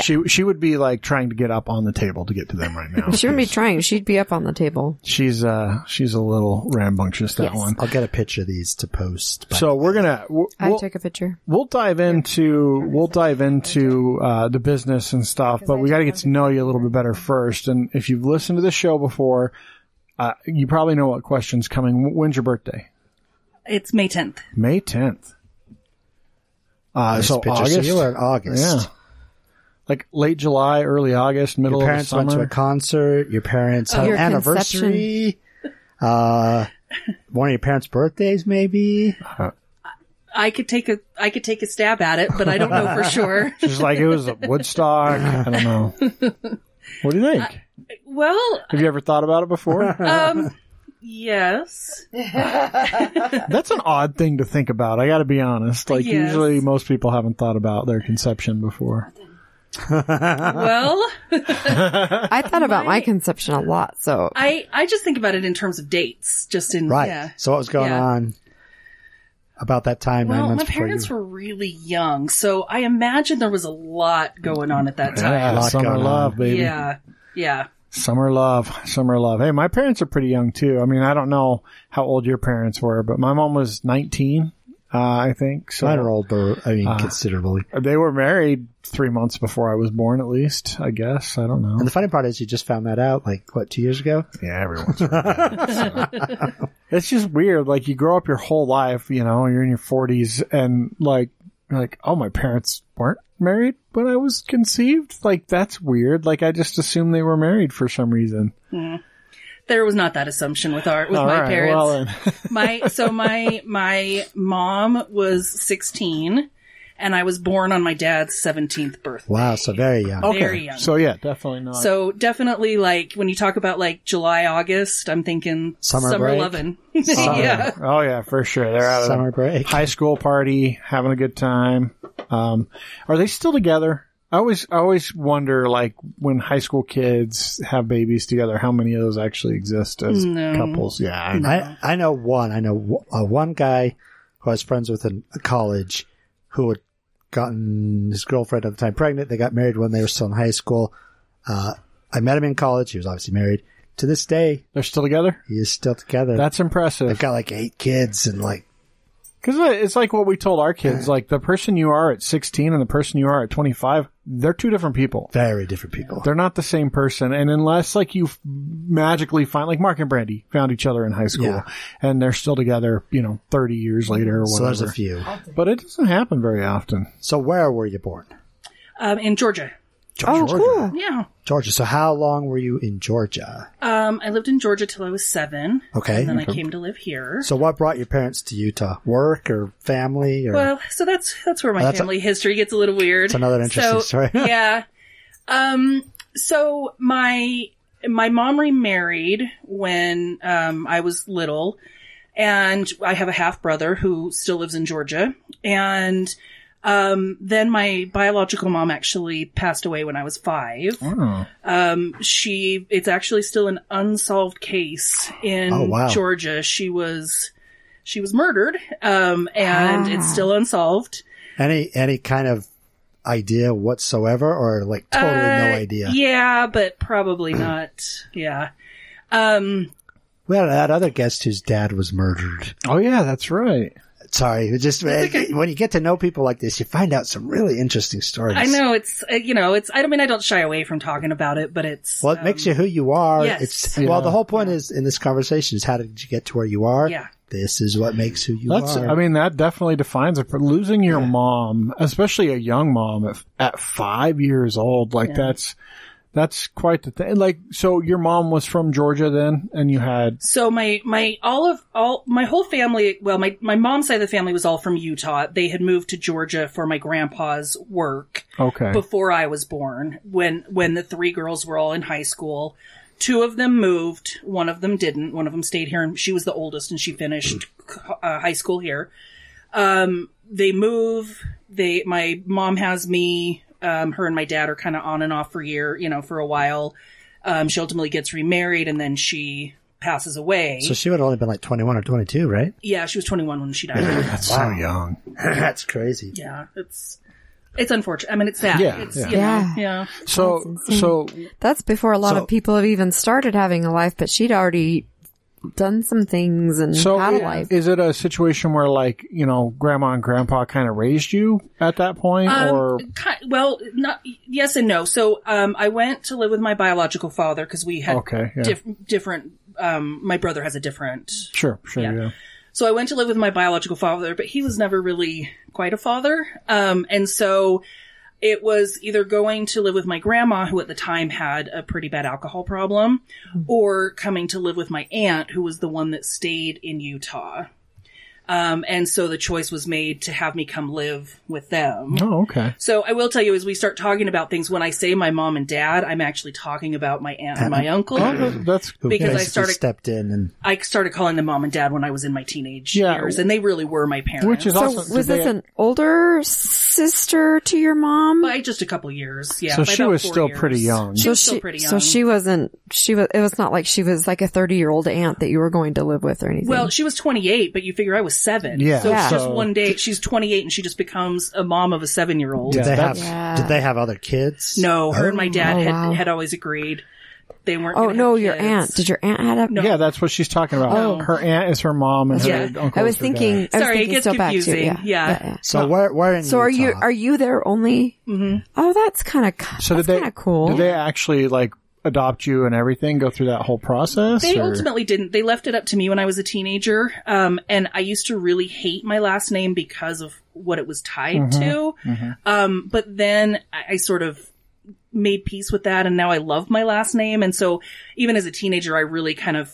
Speaker 1: she she would be like trying to get up on the table to get to them right now.
Speaker 2: She wouldn't be trying; she'd be up on the table.
Speaker 1: she's uh she's a little rambunctious that one.
Speaker 4: I'll get a picture of these to post. But
Speaker 1: So we're gonna we'll,
Speaker 2: I took a picture.
Speaker 1: we'll dive into we'll dive into uh, the business and stuff, but we got to get to know you a little bit better first. And if you've listened to the show before, uh, you probably know what questions coming. When's your birthday?
Speaker 7: It's May 10th.
Speaker 1: May tenth. Uh,
Speaker 4: there's
Speaker 1: so
Speaker 4: pictures.
Speaker 1: August,
Speaker 4: you were in August.
Speaker 1: yeah, like late July, early August, middle
Speaker 4: Your parents
Speaker 1: of the
Speaker 4: went to
Speaker 1: summer.
Speaker 4: a concert. Your parents
Speaker 7: Oh,
Speaker 4: had
Speaker 2: Your
Speaker 4: an anniversary. Uh, one of your parents' birthdays, maybe.
Speaker 7: I could take a I could take a stab at it, but I don't know for sure.
Speaker 1: She's like it was at Woodstock. I don't know. What do you think?
Speaker 7: Well,
Speaker 1: Have you ever thought about it before?
Speaker 4: Uh,
Speaker 7: um yes.
Speaker 1: That's an odd thing to think about. I got to be honest. Like
Speaker 7: Yes.
Speaker 1: usually most people haven't thought about their conception before.
Speaker 7: Well,
Speaker 2: I thought about my conception a lot, so
Speaker 7: I I just think about it in terms of dates, just in
Speaker 4: Right.
Speaker 7: yeah.
Speaker 4: So what was going
Speaker 7: Yeah.
Speaker 4: on about that time? nine
Speaker 7: Well,
Speaker 4: months
Speaker 7: my
Speaker 4: before you.
Speaker 7: parents were really young, so I imagine there was a lot going on at that time.
Speaker 1: Yeah,
Speaker 4: lot
Speaker 1: summer
Speaker 4: going on.
Speaker 1: love, baby.
Speaker 7: Yeah. Yeah.
Speaker 1: Summer love, summer love. Hey, my parents are pretty young too. I mean, I don't know how old your parents were, but my mom was 19, uh, I think. So
Speaker 4: Mine are older. I
Speaker 1: Uh-huh.
Speaker 4: mean, considerably.
Speaker 1: They were married three months before I was born, at least. I guess I don't know.
Speaker 4: And the funny part is, you just found that out like what two years ago.
Speaker 1: Yeah, everyone's. married, so. It's just weird. Like you grow up your whole life, you know, you're in your 40s, and like You're like, oh, my parents weren't married when I was conceived. Like that's weird. Like I just assumed they were married for some reason.
Speaker 7: There was not that assumption with our with
Speaker 1: All
Speaker 7: my
Speaker 1: right,
Speaker 7: parents.
Speaker 1: well uh, then.
Speaker 7: my so my my mom was 16 and I was born on my dad's 17th birthday.
Speaker 4: Wow, so very young.
Speaker 1: okay.
Speaker 7: Very young.
Speaker 1: So yeah, definitely not.
Speaker 7: So definitely like when you talk about like July August, I'm thinking
Speaker 4: Summer
Speaker 7: summer
Speaker 4: break.
Speaker 7: loving. yeah.
Speaker 1: oh yeah, for sure. They're out of the-
Speaker 4: Summer break.
Speaker 1: high school party, having a good time. Um, are they still together? I always, I always wonder, like when high school kids have babies together, how many of those actually exist as
Speaker 7: No.
Speaker 1: couples? Yeah, I know.
Speaker 4: I, I know one. I know w- uh, one guy who I was friends with in college who had gotten his girlfriend at the time pregnant. They got married when they were still in high school. Uh, I met him in college. He was obviously married. To this day,
Speaker 1: they're still together.
Speaker 4: he is still together.
Speaker 1: That's
Speaker 4: They've
Speaker 1: impressive
Speaker 4: got like eight kids and like,
Speaker 1: because it's like what we told our kids: like the person you are at 16 and the person you are at 25, they're two different people.
Speaker 4: very different people.
Speaker 1: They're not the same person. And unless like you f- magically find, like Mark and Brandy found each other in high school
Speaker 4: Yeah.
Speaker 1: and they're still together, you know, 30 years later or whatever.
Speaker 4: So there's a few.
Speaker 1: But it doesn't happen very often.
Speaker 4: So where were you born?
Speaker 7: Um, in Georgia.
Speaker 2: Oh,
Speaker 4: Georgia.
Speaker 2: cool.
Speaker 7: Yeah.
Speaker 4: Georgia. So how long were you in Georgia?
Speaker 7: Um, I lived in Georgia till I was seven.
Speaker 4: Okay.
Speaker 7: And then I came to live here.
Speaker 4: So what brought your parents to Utah? Work or family or?
Speaker 7: Well, so that's that's where my
Speaker 4: Oh, that's a-
Speaker 7: family history gets a little weird.
Speaker 4: That's another interesting
Speaker 7: So,
Speaker 4: story.
Speaker 7: yeah. Um. So my my mom remarried when um I was little, and I have a half brother who still lives in Georgia, and um then my biological mom actually passed away when I was five. Um, she it's actually still an unsolved case in
Speaker 4: Oh, wow.
Speaker 7: Georgia. She was she was murdered, um, and it's still unsolved.
Speaker 4: Any any kind of idea whatsoever, or like totally no
Speaker 7: Uh,
Speaker 4: idea?
Speaker 7: Yeah, but probably not. Yeah. Um,
Speaker 4: We had that other guest whose dad was murdered.
Speaker 1: Oh yeah, that's right.
Speaker 4: Sorry, it just when you get to know people like this, you find out some really interesting stories.
Speaker 7: I know it's uh, you know it's I don't mean I don't shy away from talking about it, but it's
Speaker 4: Well, it makes you who you are.
Speaker 7: yes.
Speaker 4: It's
Speaker 1: Yeah.
Speaker 4: well, the whole point is in this conversation is how did you get to where you are?
Speaker 7: Yeah.
Speaker 4: This is what makes who you
Speaker 1: That's.
Speaker 4: are.
Speaker 1: I mean, that definitely defines it. For losing your mom, especially a young mom at, at five years old, like that's that's quite the thing. Like, so your mom was from Georgia then, and you had
Speaker 7: So my my all of all my whole family, well my my mom's side of the family was all from Utah. They had moved to Georgia for my grandpa's work.
Speaker 1: okay.
Speaker 7: before I was born when when the three girls were all in high school. Two of them moved, one of them didn't. One of them stayed here and she was the oldest and she finished uh, high school here. Um they move, they my mom has me um her and my dad are kind of on and off for a year, you know, for a while. Um she ultimately gets remarried and then she passes away.
Speaker 4: so she would have only been like twenty one or twenty two, right?
Speaker 7: yeah, she was 21 when she died.
Speaker 1: that's so young.
Speaker 4: That's crazy.
Speaker 7: yeah, it's it's unfortunate. I mean, it's sad.
Speaker 1: Yeah,
Speaker 7: it's,
Speaker 1: yeah.
Speaker 7: You know,
Speaker 2: Yeah.
Speaker 7: yeah.
Speaker 1: So, so
Speaker 2: That's before a lot
Speaker 4: So-
Speaker 2: of people have even started having a life, but she'd already done some things and
Speaker 1: so
Speaker 2: had a
Speaker 1: i-
Speaker 2: life.
Speaker 1: is it a situation where like you know grandma and grandpa kind of raised you at that point,
Speaker 7: Um,
Speaker 1: or
Speaker 7: ki- well, not yes and no. So um, I went to live with my biological father because we had
Speaker 1: Okay, yeah.
Speaker 7: dif- different. Um, my brother has a different.
Speaker 1: sure, sure, yeah.
Speaker 7: yeah. So I went to live with my biological father, but he was never really quite a father. Um, and so it was either going to live with my grandma, who at the time had a pretty bad alcohol problem,
Speaker 1: Mm-hmm.
Speaker 7: or coming to live with my aunt, who was the one that stayed in Utah. Um, and so the choice was made to have me come live with them.
Speaker 1: Oh, okay.
Speaker 7: So I will tell you, as we start talking about things, when I say my mom and dad, I'm actually talking about my aunt and my uncle.
Speaker 1: Oh, that- that's
Speaker 4: Who
Speaker 7: Because I
Speaker 4: basically
Speaker 7: started-
Speaker 4: stepped in and
Speaker 7: I started calling them mom and dad when I was in my teenage
Speaker 1: Yeah.
Speaker 7: years, and they really were my parents.
Speaker 1: which is
Speaker 2: So
Speaker 1: awesome.
Speaker 2: was
Speaker 1: Did
Speaker 2: this
Speaker 1: they-
Speaker 2: an older sister to your mom?
Speaker 7: by just a couple years. Yeah,
Speaker 1: So
Speaker 7: by
Speaker 1: she
Speaker 7: about
Speaker 1: was
Speaker 7: four
Speaker 1: still
Speaker 7: years.
Speaker 1: pretty young.
Speaker 7: She
Speaker 2: so
Speaker 7: was
Speaker 2: she,
Speaker 7: still pretty young.
Speaker 2: so she wasn't. She was. It was not like she was like a thirty-year-old aunt that you were going to live with or anything.
Speaker 7: well, she was 28, but you figure I was seven.
Speaker 1: Yeah,
Speaker 7: So it's
Speaker 2: Yeah.
Speaker 7: just
Speaker 1: so-
Speaker 7: one day she's 28 and she just becomes a mom of a seven year old.
Speaker 1: Yeah,
Speaker 4: did they have
Speaker 1: that's-
Speaker 2: Yeah.
Speaker 4: did they have other kids?
Speaker 7: No, her and my dad
Speaker 2: Oh,
Speaker 7: had,
Speaker 2: wow.
Speaker 7: had always agreed they weren't.
Speaker 2: oh
Speaker 7: gonna
Speaker 2: no,
Speaker 7: have
Speaker 2: your
Speaker 7: kids.
Speaker 2: aunt. Did your aunt had a?
Speaker 7: No.
Speaker 1: Yeah, that's what she's talking about.
Speaker 7: Oh.
Speaker 1: Her aunt is her mom, and her
Speaker 7: Yeah.
Speaker 1: uncle.
Speaker 2: I was
Speaker 1: is her
Speaker 2: thinking.
Speaker 1: dad.
Speaker 2: I was
Speaker 7: Sorry, it
Speaker 2: thinking
Speaker 7: gets
Speaker 2: still back to
Speaker 7: confusing.
Speaker 2: yeah,
Speaker 7: Yeah.
Speaker 4: So where where in
Speaker 2: So are you
Speaker 4: Utah?
Speaker 7: Mm-hmm.
Speaker 2: are you their only? Oh, that's kind of
Speaker 1: So
Speaker 2: that's
Speaker 1: did they?
Speaker 2: kind of cool.
Speaker 1: Did they actually like adopt you and everything? Go through that whole process?
Speaker 7: They
Speaker 1: or-
Speaker 7: ultimately didn't. They left it up to me when I was a teenager. Um, and I used to really hate my last name because of what it was tied
Speaker 1: Mm-hmm.
Speaker 7: to. Um, but then I, I sort of made peace with that and now I love my last name. And so even as a teenager, I really kind of,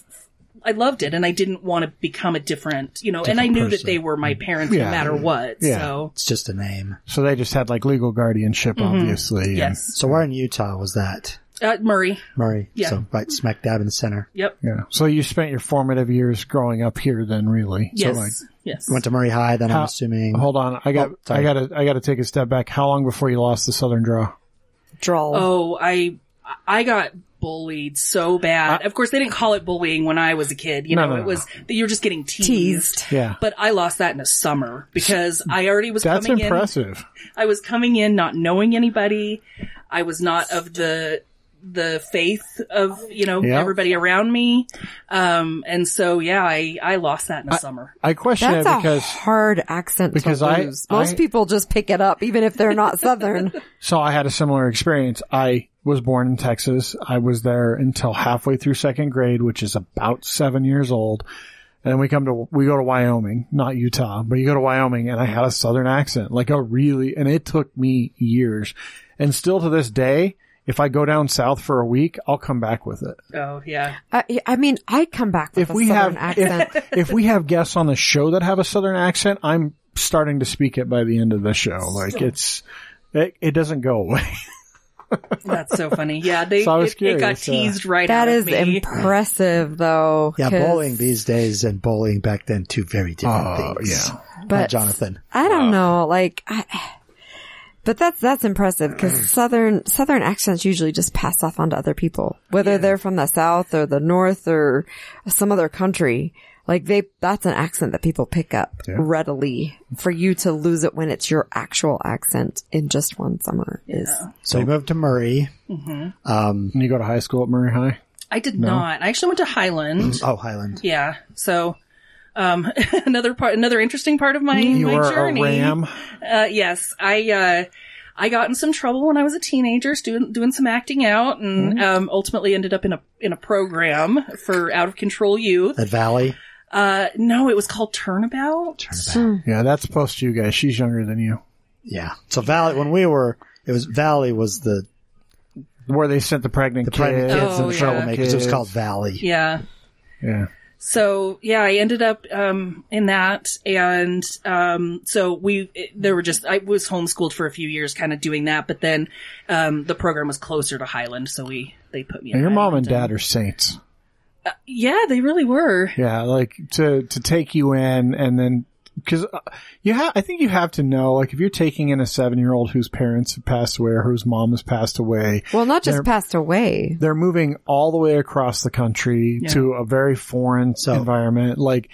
Speaker 7: I loved it and I didn't want to become a different, you know, and I
Speaker 4: Different
Speaker 7: knew that
Speaker 4: person.
Speaker 7: they were my parents
Speaker 1: Yeah.
Speaker 7: no matter what.
Speaker 1: Yeah.
Speaker 7: So
Speaker 4: It's just a name.
Speaker 1: so they just had like legal guardianship, obviously. and-
Speaker 7: yes,
Speaker 4: So where in Utah was that?
Speaker 7: uh, Murray.
Speaker 4: Murray.
Speaker 7: Yeah.
Speaker 4: So right smack dab in the center.
Speaker 7: Yep.
Speaker 1: yeah. So you spent your formative years growing up here, then, really?
Speaker 7: Yes.
Speaker 1: So like,
Speaker 7: yes.
Speaker 4: Went to Murray High, then I'm
Speaker 1: How-
Speaker 4: assuming.
Speaker 1: hold on, I got,
Speaker 4: Oh, sorry.
Speaker 1: I got to, I got to take a step back. How long before you lost the Southern draw?
Speaker 2: Drawl.
Speaker 7: Oh, I I got bullied so bad. of course, they didn't call it bullying when I was a kid. You
Speaker 1: No,
Speaker 7: know,
Speaker 1: no,
Speaker 7: it
Speaker 1: no.
Speaker 7: was that you were just getting teased.
Speaker 2: Teased.
Speaker 1: Yeah.
Speaker 7: But I lost that in a summer because I already was
Speaker 1: That's
Speaker 7: coming
Speaker 1: impressive.
Speaker 7: in. I was coming in not knowing anybody. I was not of the the faith of you know
Speaker 1: Yeah.
Speaker 7: everybody around me. Um, and so yeah, I I lost that in the summer.
Speaker 1: I question
Speaker 2: That's
Speaker 1: it
Speaker 2: a
Speaker 1: because
Speaker 2: hard accent
Speaker 1: because
Speaker 2: to
Speaker 1: I-
Speaker 2: lose. Most
Speaker 1: I-
Speaker 2: people just pick it up, even if they're not Southern.
Speaker 1: So I had a similar experience. I was born in Texas. I was there until halfway through second grade, which is about seven years old. And then we come to, we go to Wyoming, not Utah, but you go to Wyoming and I had a southern accent, like a really, and it took me years. And still to this day, if I go down south for a week, I'll come back with it.
Speaker 7: Oh yeah,
Speaker 2: I, I mean, I come back with
Speaker 1: If
Speaker 2: a
Speaker 1: we
Speaker 2: Southern
Speaker 1: have,
Speaker 2: accent.
Speaker 1: if, if we have guests on the show that have a southern accent, I'm starting to speak it by the end of the show. Like it's, it, it doesn't go away.
Speaker 7: that's so funny. Yeah, they
Speaker 1: So I was
Speaker 7: it, it got
Speaker 1: curious, yeah.
Speaker 7: teased right
Speaker 2: that
Speaker 7: out
Speaker 2: is
Speaker 7: of me.
Speaker 2: impressive, though.
Speaker 4: yeah,
Speaker 2: 'cause-
Speaker 4: bowling these days and bowling back then, two very different
Speaker 1: Oh,
Speaker 4: things.
Speaker 1: yeah.
Speaker 4: But
Speaker 2: But-
Speaker 4: Jonathan.
Speaker 2: I don't know, like, I, but that's that's impressive because southern southern accents usually just pass off onto other people, whether they're from the south or the north or some other country. Like they, that's an accent that people pick up readily. For you to lose it when it's your actual accent in just one summer is
Speaker 4: So you moved to Murray.
Speaker 7: Mm-hmm.
Speaker 4: Um,
Speaker 1: And you go to high school at Murray High?
Speaker 7: I did not. I actually went to Highland.
Speaker 4: oh, Highland.
Speaker 7: yeah. So, um, another part, another interesting part of my,
Speaker 1: You
Speaker 7: my
Speaker 1: were
Speaker 7: journey.
Speaker 1: a ram.
Speaker 7: Uh, yes, I, uh, I got in some trouble when I was a teenager, doing doing some acting out, and
Speaker 1: Hmm.
Speaker 7: um, ultimately ended up in a in a program for out of control youth.
Speaker 4: That valley.
Speaker 7: Uh, no, it was called Turnabout.
Speaker 1: Yeah, that's supposed to you guys. She's younger than you.
Speaker 4: Yeah. So valley, when we were, it was valley was the,
Speaker 1: Where they sent the pregnant
Speaker 4: the
Speaker 1: kids.
Speaker 4: private kids
Speaker 7: Oh,
Speaker 4: and the
Speaker 7: yeah.
Speaker 4: troublemakers. It was
Speaker 1: Kids.
Speaker 4: called valley.
Speaker 7: Yeah.
Speaker 1: Yeah.
Speaker 7: So yeah, I ended up um, in that, and um, so we it- there were just I was homeschooled for a few years, kind of doing that, but then um, the program was closer to Highland, so we they put me. in
Speaker 1: And your mom and
Speaker 7: Highland
Speaker 1: dad are saints.
Speaker 7: yeah, they really were.
Speaker 1: Yeah, like to to take you in and then because you have, I think you have to know, like if you're taking in a seven year old whose parents have passed away or whose mom has passed away,
Speaker 2: well, not just
Speaker 1: They're-
Speaker 2: passed away.
Speaker 1: they're moving all the way across the country to a very foreign
Speaker 4: So-
Speaker 1: environment. Like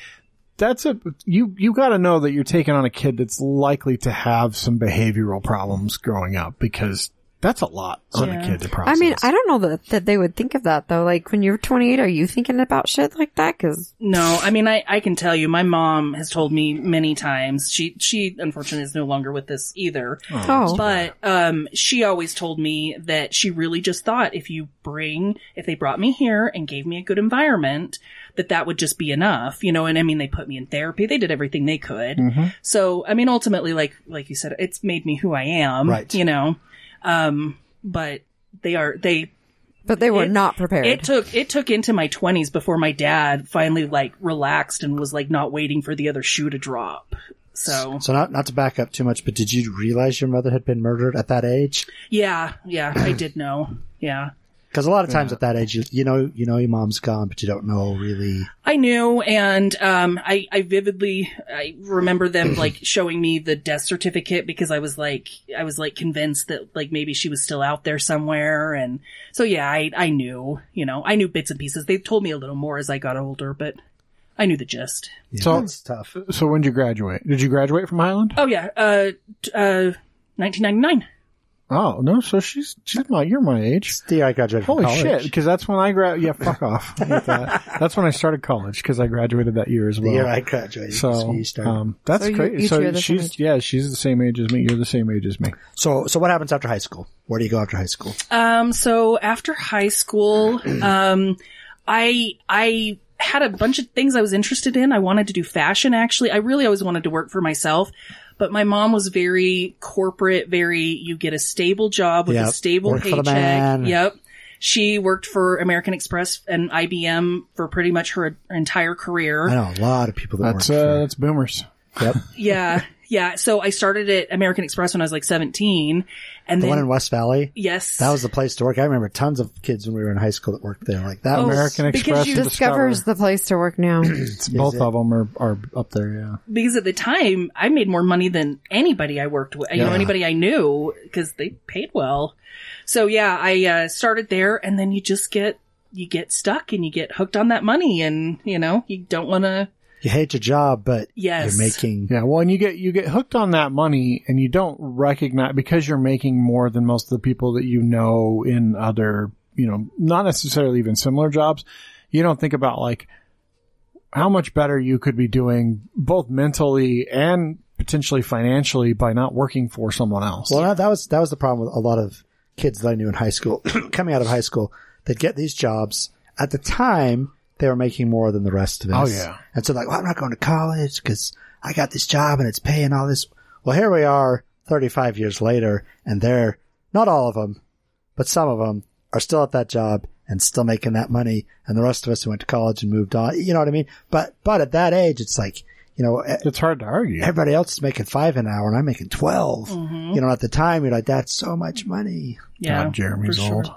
Speaker 1: that's a you you got to know that you're taking on a kid that's likely to have some behavioral problems growing up because that's a lot on a kid to process.
Speaker 2: I mean, I don't know that, that they would think of that though. Like when you're 28, are you thinking about shit like that? Because
Speaker 7: No, I mean, I, I can tell you, my mom has told me many times. She she unfortunately is no longer with us either.
Speaker 2: oh,
Speaker 7: But um, she always told me that she really just thought if you bring, if they brought me here and gave me a good environment, that that would just be enough, you know. And I mean, they put me in therapy. They did everything they could. So I mean, ultimately, like like you said, it's made me who I am,
Speaker 4: Right.
Speaker 7: You know. Um, but they are they
Speaker 2: but they were
Speaker 7: it-
Speaker 2: not prepared.
Speaker 7: it took it took into my twenties before my dad finally like relaxed and was like not waiting for the other shoe to drop. So
Speaker 4: So not, not to back up too much, but did you realize your mother had been murdered at that age?
Speaker 7: yeah, yeah, I did know. Yeah.
Speaker 4: Because a lot of times at that age, you, you know, you know your mom's gone, but you don't know really.
Speaker 7: I knew, and um, I, I vividly I remember them like showing me the death certificate because I was like I was like convinced that like maybe she was still out there somewhere, and so yeah, I I knew you know I knew bits and pieces. They told me a little more as I got older, but I knew the gist.
Speaker 4: Yeah,
Speaker 1: So-
Speaker 4: it's tough.
Speaker 1: so when did you graduate? Did you graduate from Highland?
Speaker 7: Oh yeah, uh, t- uh, nineteen ninety nine.
Speaker 1: Oh no, so she's she's my you're my age.
Speaker 4: Yeah, I graduated
Speaker 1: Holy
Speaker 4: from college.
Speaker 1: shit! Because that's when I grad. Yeah, fuck off. I hate that. That's when I started college because I graduated that year as
Speaker 4: The
Speaker 1: well.
Speaker 4: year I graduated. So,
Speaker 1: so
Speaker 4: you started.
Speaker 1: um, that's
Speaker 2: So you-
Speaker 1: crazy.
Speaker 2: you two are
Speaker 1: So
Speaker 2: the same
Speaker 1: she's
Speaker 2: age?
Speaker 1: yeah, she's the same age as me. You're the same age as me.
Speaker 4: so, so what happens after high school? Where do you go after high school?
Speaker 7: Um, so after high school, um, I I had a bunch of things I was interested in. I wanted to do fashion. Actually, I really always wanted to work for myself, but my mom was very corporate. Very, you get a stable job with a
Speaker 4: Yep.
Speaker 7: stable
Speaker 4: Work for the
Speaker 7: paycheck.
Speaker 4: man.
Speaker 7: Yep. She worked for American Express and IBM for pretty much her entire career.
Speaker 4: I know a lot of people that
Speaker 1: That's
Speaker 4: work
Speaker 1: uh, that's boomers.
Speaker 4: for. Yep.
Speaker 7: Yeah. Yeah. So I started at American Express when I was like 17. And
Speaker 4: The
Speaker 7: then,
Speaker 4: one in West Valley.
Speaker 7: yes.
Speaker 4: That was the place to work. I remember tons of kids when we were in high school that worked there. Like that.
Speaker 7: Oh,
Speaker 1: American
Speaker 7: because
Speaker 1: Express
Speaker 7: you
Speaker 1: and
Speaker 2: Discover's
Speaker 1: Discover.
Speaker 2: the place to work now.
Speaker 1: It's- both
Speaker 4: it?
Speaker 1: of them are are up there. Yeah.
Speaker 7: because at the time I made more money than anybody I worked with, you know,
Speaker 4: Yeah.
Speaker 7: anybody I knew because they paid well. So yeah, I uh, started there and then you just get, you get stuck and you get hooked on that money and you know, you don't want to,
Speaker 4: You hate your job, but
Speaker 7: Yes.
Speaker 4: you're making.
Speaker 1: Yeah, well, and you get you get hooked on that money, and you don't recognize because you're making more than most of the people that you know in other, you know, not necessarily even similar jobs. You don't think about like how much better you could be doing both mentally and potentially financially by not working for someone else.
Speaker 4: Well, that- that was that was the problem with a lot of kids that I knew in high school, coming out of high school, they'd get these jobs. At the time, they were making more than the rest of us.
Speaker 1: Oh, yeah.
Speaker 4: And so like, well, I'm not going to college because I got this job and it's paying all this. Well, here we are, 35 years later, and they're not all of them, but some of them are still at that job and still making that money, and the rest of us who went to college and moved on. You know what I mean? But but at that age, it's like you know,
Speaker 1: it's hard to argue.
Speaker 4: everybody else is making five an hour and I'm making 12. You know, at the time, you're like, that's so much money.
Speaker 7: yeah.
Speaker 1: God, Jeremy's
Speaker 7: for sure.
Speaker 1: old.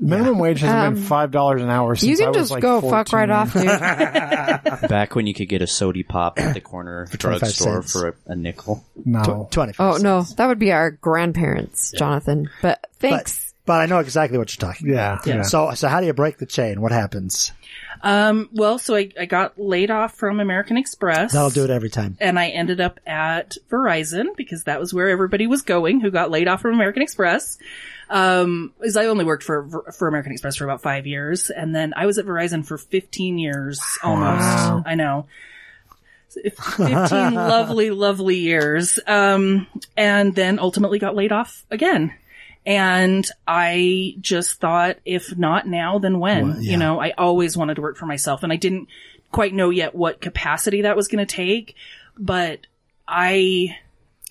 Speaker 1: Minimum wage has been five dollars an hour since
Speaker 2: Um, you
Speaker 1: I
Speaker 2: can
Speaker 1: was
Speaker 2: just
Speaker 1: like
Speaker 2: go fuck
Speaker 1: 14.
Speaker 2: right off, dude.
Speaker 6: Back when you could get a sody pop at the corner drugstore
Speaker 4: 25 cents.
Speaker 6: for a, a nickel.
Speaker 1: No,
Speaker 4: 20.
Speaker 2: Oh no, that would be our grandparents, Jonathan. But
Speaker 4: But,
Speaker 2: thanks.
Speaker 4: but I know exactly what you're talking
Speaker 1: yeah, yeah.
Speaker 4: about. So, so how do you break the chain? What happens?
Speaker 7: Um, well, so I, I got laid off from American Express.
Speaker 4: That'll do it every time.
Speaker 7: And I ended up at Verizon because that was where everybody was going who got laid off from American Express. Um, is I only worked for for American Express for about five years, and then I was at Verizon for fifteen years almost. I know. Fifteen lovely, lovely years. Um, and then ultimately got laid off again. And I just thought, if not now, then when?
Speaker 4: Well, yeah.
Speaker 7: You know, I always wanted to work for myself, and I didn't quite know yet what capacity that was going to take. But I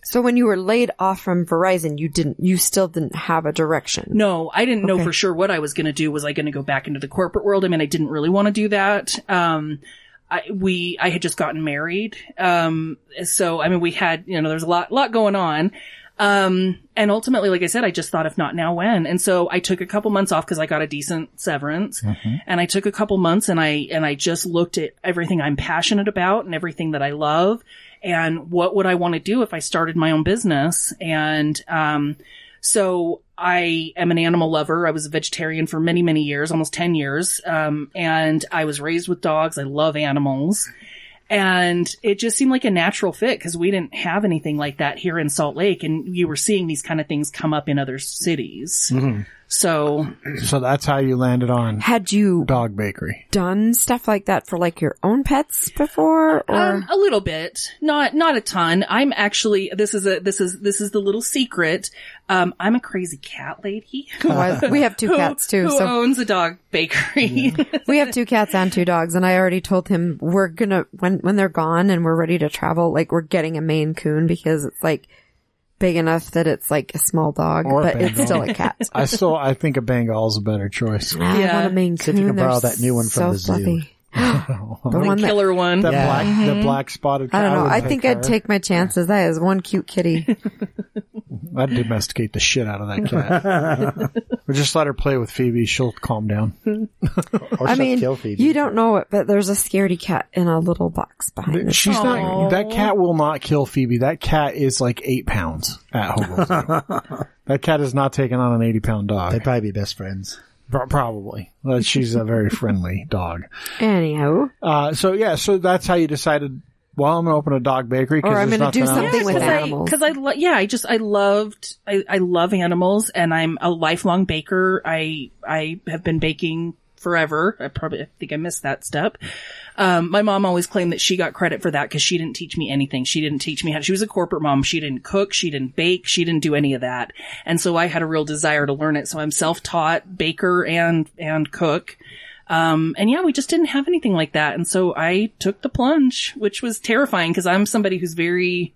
Speaker 2: So when you were laid off from Verizon, you didn't, you still didn't have a direction.
Speaker 7: No, I didn't know
Speaker 2: Okay.
Speaker 7: for sure what I was going to do. Was I going to go back into the corporate world? I mean, I didn't really want to do that. Um, I, we, I had just gotten married. Um, so, I mean, we had, you know, there's a lot, lot going on. Um, and ultimately, like I said, I just thought, if not now, when? And so I took a couple months off because I got a decent severance and I took a couple months and I, and I just looked at everything I'm passionate about and everything that I love and what would I want to do if I started my own business? And, um, so I am an animal lover. I was a vegetarian for many, many years, almost 10 years. Um, and I was raised with dogs. I love animals. And it just seemed like a natural fit because we didn't have anything like that here in Salt Lake. And you were seeing these kind of things come up in other cities. So
Speaker 1: so that's how you landed on
Speaker 2: Had you
Speaker 1: dog bakery.
Speaker 2: done stuff like that for like your own pets before, or
Speaker 7: Um, a little bit, not not a ton. I'm actually this is a this is this is the little secret. Um, I'm a crazy cat lady.
Speaker 2: Well, we have two
Speaker 7: Who-
Speaker 2: cats too.
Speaker 7: Who
Speaker 2: So
Speaker 7: owns a dog bakery?
Speaker 2: we have two cats and two dogs, and I already told him we're gonna when when they're gone and we're ready to travel, like we're getting a Maine Coon because it's like big enough that it's like a small dog,
Speaker 1: Or a
Speaker 2: but
Speaker 1: big
Speaker 2: it's still
Speaker 1: dog.
Speaker 2: a cat.
Speaker 1: I still I think a Bengal's a better choice.
Speaker 2: I want a Maine Coon.
Speaker 4: See if you can
Speaker 2: They're
Speaker 4: borrow that new one from
Speaker 2: so
Speaker 4: the zoo.
Speaker 2: fluffy. the
Speaker 7: the
Speaker 2: one that
Speaker 7: killer one.
Speaker 1: That
Speaker 4: Yeah.
Speaker 1: black, the black spotted.
Speaker 2: Mm-hmm. I don't know.
Speaker 1: would
Speaker 2: I think I'd
Speaker 1: her.
Speaker 2: take my chances. That is one cute kitty.
Speaker 1: I'd domesticate the shit out of that cat. or just let her play with Phoebe. She'll calm down.
Speaker 4: Or
Speaker 2: I
Speaker 4: she'll
Speaker 2: mean,
Speaker 4: kill Phoebe.
Speaker 2: you don't know it, but there's a scaredy cat in a little box behind the
Speaker 1: She's not. That cat will not kill Phoebe. That cat is like eight pounds at Hobo Zoo. that cat is not taking on an eighty-pound
Speaker 4: They'd
Speaker 1: dog.
Speaker 4: probably be best friends.
Speaker 1: Pro- Probably. Uh, She's a very friendly dog.
Speaker 2: Anyhow,
Speaker 1: Uh, so yeah, so that's how you decided well, I'm going to open a dog bakery because
Speaker 2: Or I'm
Speaker 1: going to
Speaker 2: do something with
Speaker 7: because I,
Speaker 2: animals.
Speaker 7: cause I lo- yeah, I just, I loved, I, I love animals and I'm a lifelong baker. I, I have been baking forever. I probably I think I missed that step. Um, my mom always claimed that she got credit for that because she didn't teach me anything. She didn't teach me how, she was a corporate mom. She didn't cook. She didn't bake. She didn't do any of that. And so I had a real desire to learn it. So I'm self-taught baker and, and cook. Um, and yeah, we just didn't have anything like that. And so I took the plunge, which was terrifying because I'm somebody who's very,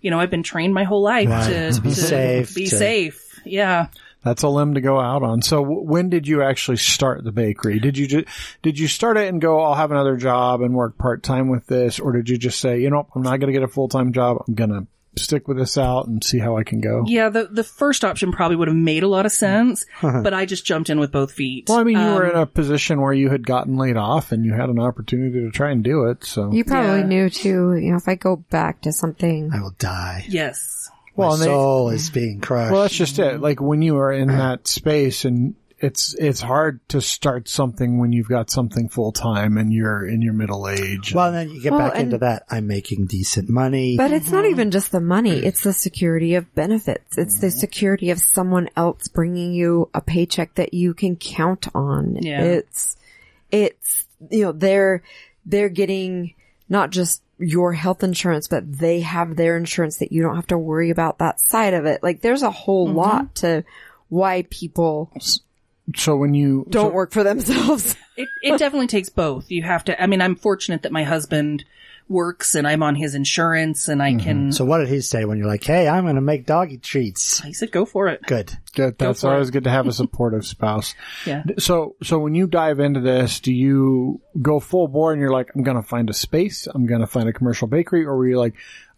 Speaker 7: you know, I've been trained my whole life
Speaker 4: Right.
Speaker 7: to, to
Speaker 4: Be safe,
Speaker 7: Be
Speaker 4: to-
Speaker 7: safe. Yeah.
Speaker 1: That's a limb to go out on. So w- when did you actually start the bakery? Did you ju- did you start it and go, I'll have another job and work part time with this, or did you just say, you know, I'm not going to get a full time job. I'm going to stick with this out and see how I can go.
Speaker 7: Yeah. The, the first option probably would have made a lot of sense,
Speaker 4: Uh-huh.
Speaker 7: but I just jumped in with both feet.
Speaker 1: Well, I mean, you were
Speaker 7: Um,
Speaker 1: in a position where you had gotten laid off and you had an opportunity to try and do it. So,
Speaker 2: You probably
Speaker 7: Yeah.
Speaker 2: knew too. You know, if I go back to something,
Speaker 4: I will die.
Speaker 7: yes.
Speaker 1: well,
Speaker 4: My
Speaker 1: and they-
Speaker 4: soul is being crushed.
Speaker 1: well, that's just it. Like when you are in that space and it's, it's hard to start something when you've got something full time and you're in your middle age.
Speaker 4: well, then you get
Speaker 2: Well,
Speaker 4: back into
Speaker 2: and-
Speaker 4: that. I'm making decent money.
Speaker 2: but it's not even just the money. It's the security of benefits. It's the security of someone else bringing you a paycheck that you can count on.
Speaker 7: Yeah.
Speaker 2: It's, it's, you know, they're, they're getting not just your health insurance, but they have their insurance that you don't have to worry about that side of it. Like there's a whole
Speaker 7: Mm-hmm.
Speaker 2: lot to why people
Speaker 1: so when you so-
Speaker 2: don't work for themselves.
Speaker 7: It, it definitely takes both. You have to, I mean, I'm fortunate that my husband works and I'm on his insurance and I can,
Speaker 4: Mm-hmm. so what did he say when you're like, "Hey, I'm going to make doggy treats"?
Speaker 7: I said, go for it.
Speaker 4: Good.
Speaker 1: Good. That's
Speaker 7: for it.
Speaker 1: always good to have a supportive spouse.
Speaker 7: Yeah.
Speaker 1: So, so when you dive into this, do you go full bore and you're like, I'm going to find a space, I'm going to find a commercial bakery, or were you like,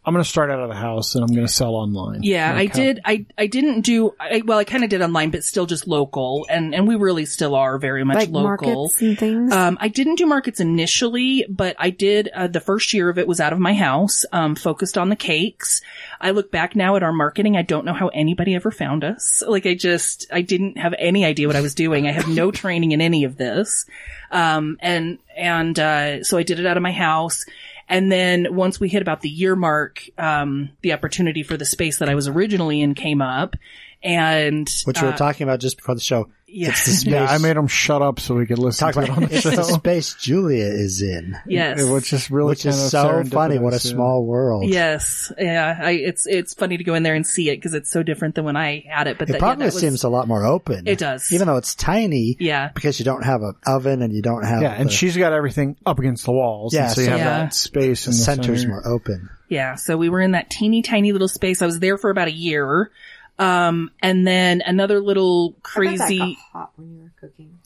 Speaker 1: I'm going to start out of the house and I'm going to sell online?
Speaker 7: Yeah, I did. I I didn't do. I, well, I kind of did online, but still just local, and and we really still are very much
Speaker 2: like
Speaker 7: local.
Speaker 2: markets and things.
Speaker 7: Um, I didn't do markets initially, but I did. Uh, the first year of it was out of my house, um, focused on the cakes. I look back now at our marketing. I don't know how anybody ever found us. Like I just, I didn't have any idea what I was doing. I have no training in any of this. Um, and, and, uh, so I did it out of my house. And then once we hit about the year mark, um, the opportunity for the space that I was originally in came up. And
Speaker 4: Which we were talking about just before the show. It's
Speaker 7: Uh, yes,
Speaker 4: the space.
Speaker 1: Yeah, I made them shut up so we could listen
Speaker 4: talk
Speaker 1: to it on
Speaker 4: about
Speaker 1: the
Speaker 4: it's the
Speaker 1: show.
Speaker 4: space Julia is in,
Speaker 7: yes,
Speaker 1: Which is really
Speaker 4: which
Speaker 1: kind
Speaker 4: is
Speaker 1: of
Speaker 4: so funny. What a
Speaker 1: serendipitous, yeah.
Speaker 4: small world.
Speaker 7: Yes, yeah. I, it's it's funny to go in there and see it because it's so different than when I had it. But
Speaker 4: It
Speaker 7: that,
Speaker 4: probably
Speaker 7: yeah, that was-
Speaker 4: seems a lot more open.
Speaker 7: It does.
Speaker 4: even though it's tiny.
Speaker 7: Yeah.
Speaker 4: because you don't have an oven and you don't have
Speaker 1: Yeah, and
Speaker 4: the,
Speaker 1: she's got everything up against the walls.
Speaker 4: Yeah,
Speaker 1: and so you have
Speaker 7: so- Yeah.
Speaker 1: that space
Speaker 4: the
Speaker 1: in the
Speaker 4: center's
Speaker 1: center.
Speaker 4: more open.
Speaker 7: Yeah, so we were in that teeny tiny little space. I was there for about a year. Um, and then another little crazy.
Speaker 2: hot when you were cooking.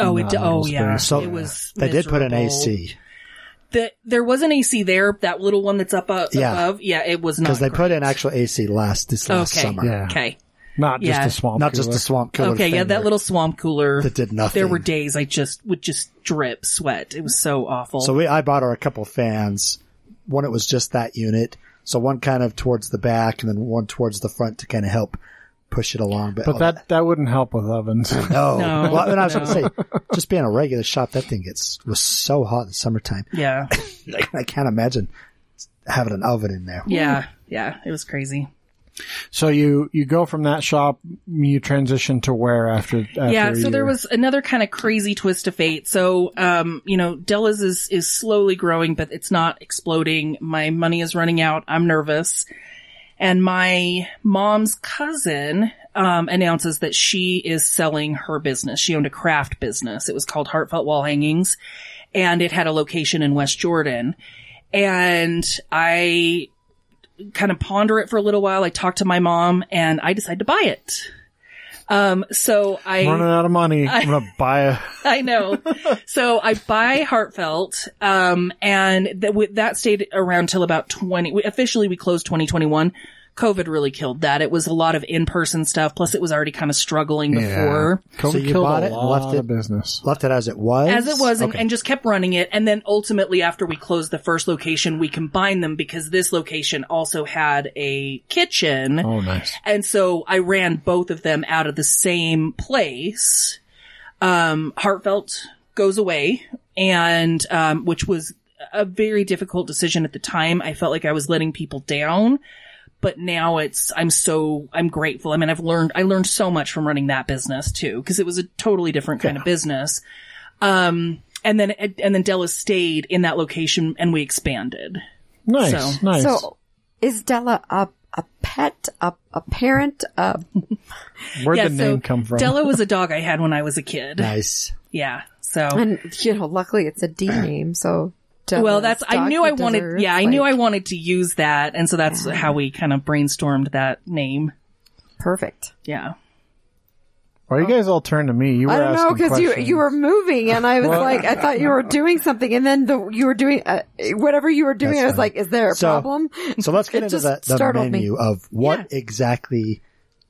Speaker 7: Oh, it,
Speaker 1: No,
Speaker 7: oh
Speaker 1: it was
Speaker 7: yeah.
Speaker 1: very
Speaker 4: So
Speaker 7: it was,
Speaker 4: they did put an
Speaker 7: miserable.
Speaker 4: AC
Speaker 7: The, there was an AC there, that little one that's up, up
Speaker 4: Yeah.
Speaker 7: above. Yeah, it was not.
Speaker 4: because they
Speaker 7: great.
Speaker 4: put in actual AC last this last
Speaker 7: Okay.
Speaker 4: summer.
Speaker 1: Yeah.
Speaker 7: Okay.
Speaker 1: Not just
Speaker 7: Yeah.
Speaker 1: a swamp.
Speaker 4: Not just
Speaker 1: cooler.
Speaker 4: the swamp cooler.
Speaker 7: Okay. Yeah,
Speaker 4: thing
Speaker 7: that little swamp cooler.
Speaker 4: that did nothing.
Speaker 7: There were days I just would just drip sweat. It was so awful.
Speaker 4: So we, I bought her a couple fans. One, it was just that unit. So one kind of towards the back and then one towards the front to kind of help push it along. But,
Speaker 1: But that, that wouldn't help with ovens.
Speaker 4: no.
Speaker 7: No,
Speaker 4: well, and I was
Speaker 7: no.
Speaker 4: going to say, just being a regular shop, that thing gets was so hot in the summertime.
Speaker 7: yeah.
Speaker 4: I can't imagine having an oven in there.
Speaker 7: Yeah. Yeah. It was crazy.
Speaker 1: so you, you go from that shop, you transition to where after, after
Speaker 7: yeah
Speaker 1: a
Speaker 7: so there
Speaker 1: year?
Speaker 7: was another kind of crazy twist of fate so um you know della's is is slowly growing but it's not exploding my money is running out i'm nervous and my mom's cousin um, announces that she is selling her business. She owned a craft business. It was called Heartfelt Wall Hangings, and it had a location in West Jordan. And I kind of ponder it for a little while. I talked to my mom, and I decide to buy it. Um, so I
Speaker 1: running out of money. I, am gonna buy a.
Speaker 7: I know. so I buy Heartfelt, um, and that w- that stayed around till about twenty. We, officially, we closed twenty twenty one. COVID really killed that. It was a lot of in person stuff. Plus, it was already kind of struggling before.
Speaker 1: Coke
Speaker 4: you
Speaker 1: killed
Speaker 4: bought
Speaker 1: a
Speaker 4: it and
Speaker 1: lot
Speaker 4: left it-
Speaker 1: of business.
Speaker 4: Left it as it was.
Speaker 7: As it was, and,
Speaker 4: Okay.
Speaker 7: and just kept running it. And then ultimately, after we closed the first location, we combined them because this location also had a kitchen.
Speaker 1: Oh, nice.
Speaker 7: And so I ran both of them out of the same place. Um, Heartfelt goes away and, um, which was a very difficult decision at the time. I felt like I was letting people down, but now it's, I'm so, I'm grateful. I mean, I've learned, I learned so much from running that business too, because it was a totally different kind of business. Um, and then, and then Della stayed in that location and we expanded.
Speaker 1: Nice,
Speaker 7: So-
Speaker 1: nice.
Speaker 2: So is Della a, a pet, a, a parent, a,
Speaker 1: Where'd
Speaker 7: yeah,
Speaker 1: the
Speaker 7: so
Speaker 1: name come from?
Speaker 7: Della was a dog I had when I was a kid.
Speaker 4: Nice.
Speaker 7: Yeah. So
Speaker 2: and you know, luckily it's a D name, so. Della's
Speaker 7: well, that's I
Speaker 2: dog
Speaker 7: knew I wanted.
Speaker 2: deserves,
Speaker 7: yeah, I knew I
Speaker 2: like,
Speaker 7: wanted to use that, and so that's how we kind of brainstormed that name.
Speaker 2: Perfect.
Speaker 7: Yeah.
Speaker 1: Why you guys all turned to me? You were
Speaker 2: I don't know
Speaker 1: asking
Speaker 2: because you
Speaker 1: questions.
Speaker 2: you were moving, and I was like, I thought you were doing something, and then the you were doing uh, whatever you were doing.
Speaker 4: That's
Speaker 2: I was
Speaker 4: fine.
Speaker 2: like, is there a
Speaker 4: So-
Speaker 2: problem?
Speaker 1: oh.
Speaker 4: So let's get
Speaker 2: It
Speaker 4: into
Speaker 2: just
Speaker 4: the, the
Speaker 2: startled me.
Speaker 4: menu of what
Speaker 7: Yeah.
Speaker 4: exactly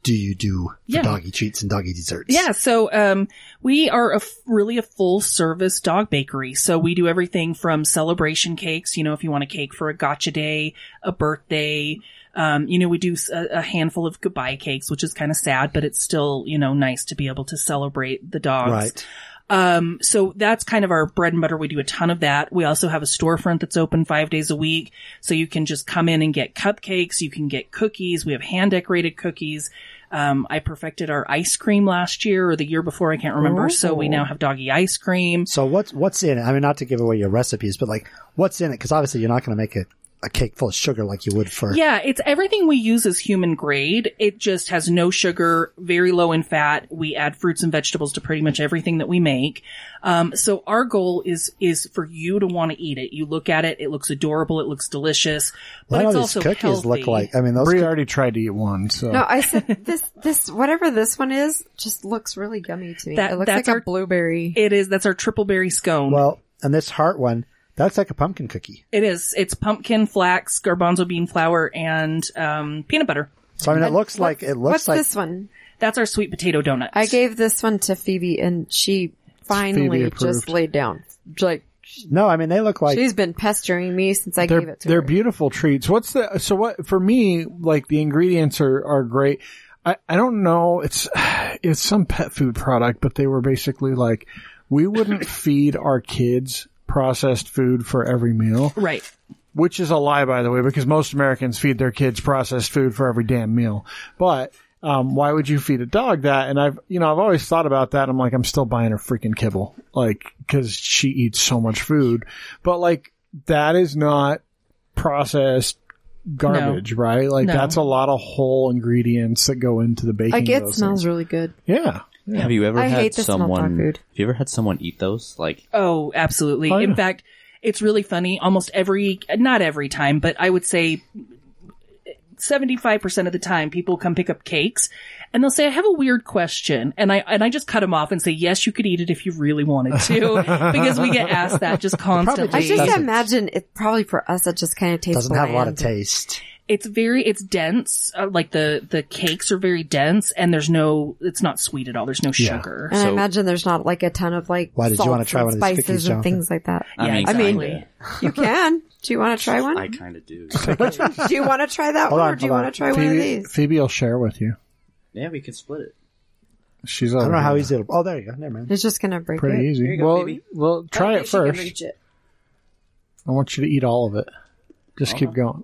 Speaker 4: do you do for
Speaker 7: Yeah.
Speaker 4: doggy treats and doggy desserts?
Speaker 7: Yeah, so um, we are a f- really a full service dog bakery. So we do everything from celebration cakes. You know, if you want a cake for a gotcha day, a birthday. Um, you know, we do s- a, a handful of goodbye cakes, which is kind of sad, but it's still you know nice to be able to celebrate the dogs.
Speaker 4: Right.
Speaker 7: Um, so that's kind of our bread and butter. We do a ton of that. We also have a storefront that's open five days a week. So you can just come in and get cupcakes. You can get cookies. We have hand decorated cookies. Um, I perfected our ice cream last year or the year before. I can't remember. So we now have doggy ice cream.
Speaker 4: So what's what's in it? I mean, not to give away your recipes, but like what's in it? Because obviously you're not going to make a, a cake full of sugar like you would for.
Speaker 7: Yeah, it's everything we use is human grade. It just has no sugar, very low in fat. We add fruits and vegetables to pretty much everything that we make. Um, so our goal is is for you to want to eat it. You look at it, it looks adorable, it looks delicious, but
Speaker 4: Why do
Speaker 7: it's
Speaker 4: these
Speaker 7: also
Speaker 4: cookies
Speaker 7: healthy.
Speaker 4: look like? I mean, those.
Speaker 1: Bree
Speaker 4: coo-
Speaker 1: already tried to eat one, so
Speaker 2: No, I said this this whatever this one is just looks really yummy to me.
Speaker 7: That-
Speaker 2: it looks
Speaker 7: that's
Speaker 2: like
Speaker 7: our-
Speaker 2: a blueberry.
Speaker 7: It is. That's our triple berry scone.
Speaker 4: well, and this heart one that's like a pumpkin cookie.
Speaker 7: it is. It's pumpkin, flax, garbanzo bean flour, and um, peanut butter.
Speaker 4: So I mean, it looks like it looks
Speaker 2: What's
Speaker 4: like
Speaker 2: this one?
Speaker 7: That's our sweet potato donut.
Speaker 2: I gave this one to Phoebe, and she finally just
Speaker 1: approved.
Speaker 2: laid down. Like
Speaker 4: no. I mean, they look like
Speaker 2: she's been pestering me since I gave
Speaker 1: they're
Speaker 2: it to
Speaker 1: they're
Speaker 2: her.
Speaker 1: beautiful treats. What's the so what for me? Like the ingredients are are great. I I don't know. It's it's some pet food product, but they were basically like we wouldn't feed our kids processed food for every meal,
Speaker 7: right.
Speaker 1: which is a lie, by the way, because most Americans feed their kids processed food for every damn meal. But um, why would you feed a dog that? And I've, you know, I've always thought about that. I'm like, I'm still buying her freaking kibble, like, because she eats so much food. But like, that is not processed garbage, right? Like,
Speaker 7: No.
Speaker 1: that's a lot of whole ingredients that go into the baking. of
Speaker 2: Like it
Speaker 1: those
Speaker 2: smells
Speaker 1: things.
Speaker 2: really good.
Speaker 1: Yeah.
Speaker 6: Have you ever
Speaker 2: I
Speaker 6: had
Speaker 2: hate the smell of dog
Speaker 6: someone?
Speaker 2: food.
Speaker 6: Have you ever had someone eat those? Like,
Speaker 7: Oh, absolutely.
Speaker 1: Oh, yeah.
Speaker 7: In fact, it's really funny. Almost every, not every time, but I would say 75% of the time people come pick up cakes and they'll say, I have a weird question. And I, and I just cut them off and say, yes, you could eat it if you really wanted to, because we get asked that just
Speaker 2: I
Speaker 7: constantly.
Speaker 2: just
Speaker 4: Doesn't-
Speaker 2: imagine it probably for us. It just kind of tastes.
Speaker 4: doesn't have a lot of
Speaker 2: bland.
Speaker 4: taste.
Speaker 7: it's very, it's dense. Uh, like the, the cakes are very dense and there's no, it's not sweet at all. There's no sugar.
Speaker 2: And I
Speaker 6: So-
Speaker 2: imagine there's not like a ton of like
Speaker 4: Why did you
Speaker 2: salts
Speaker 4: wanna try
Speaker 2: and
Speaker 4: one of these
Speaker 2: spices
Speaker 4: cookies,
Speaker 2: and
Speaker 4: Jonathan?
Speaker 2: things like that.
Speaker 7: Yeah,
Speaker 6: I mean,
Speaker 7: I mean-
Speaker 6: kinda.
Speaker 2: You can. Do you want to try
Speaker 6: I
Speaker 2: one?
Speaker 6: kind of do.
Speaker 2: Do you want to try that
Speaker 4: Hold
Speaker 2: one,
Speaker 4: on,
Speaker 2: or do you
Speaker 4: hold on.
Speaker 2: want to try one of
Speaker 1: Phoebe,
Speaker 2: these?
Speaker 1: Phoebe will share with you.
Speaker 6: yeah, we can split it.
Speaker 1: She's
Speaker 4: I don't know how
Speaker 1: already
Speaker 4: easy it'll. Oh, there you go. Never mind.
Speaker 2: It's just gonna break
Speaker 1: pretty
Speaker 2: it.
Speaker 1: easy.
Speaker 6: Here you go,
Speaker 1: well,
Speaker 6: Phoebe.
Speaker 1: well, try it first.
Speaker 2: it.
Speaker 1: I want you to eat all of it. Just keep going.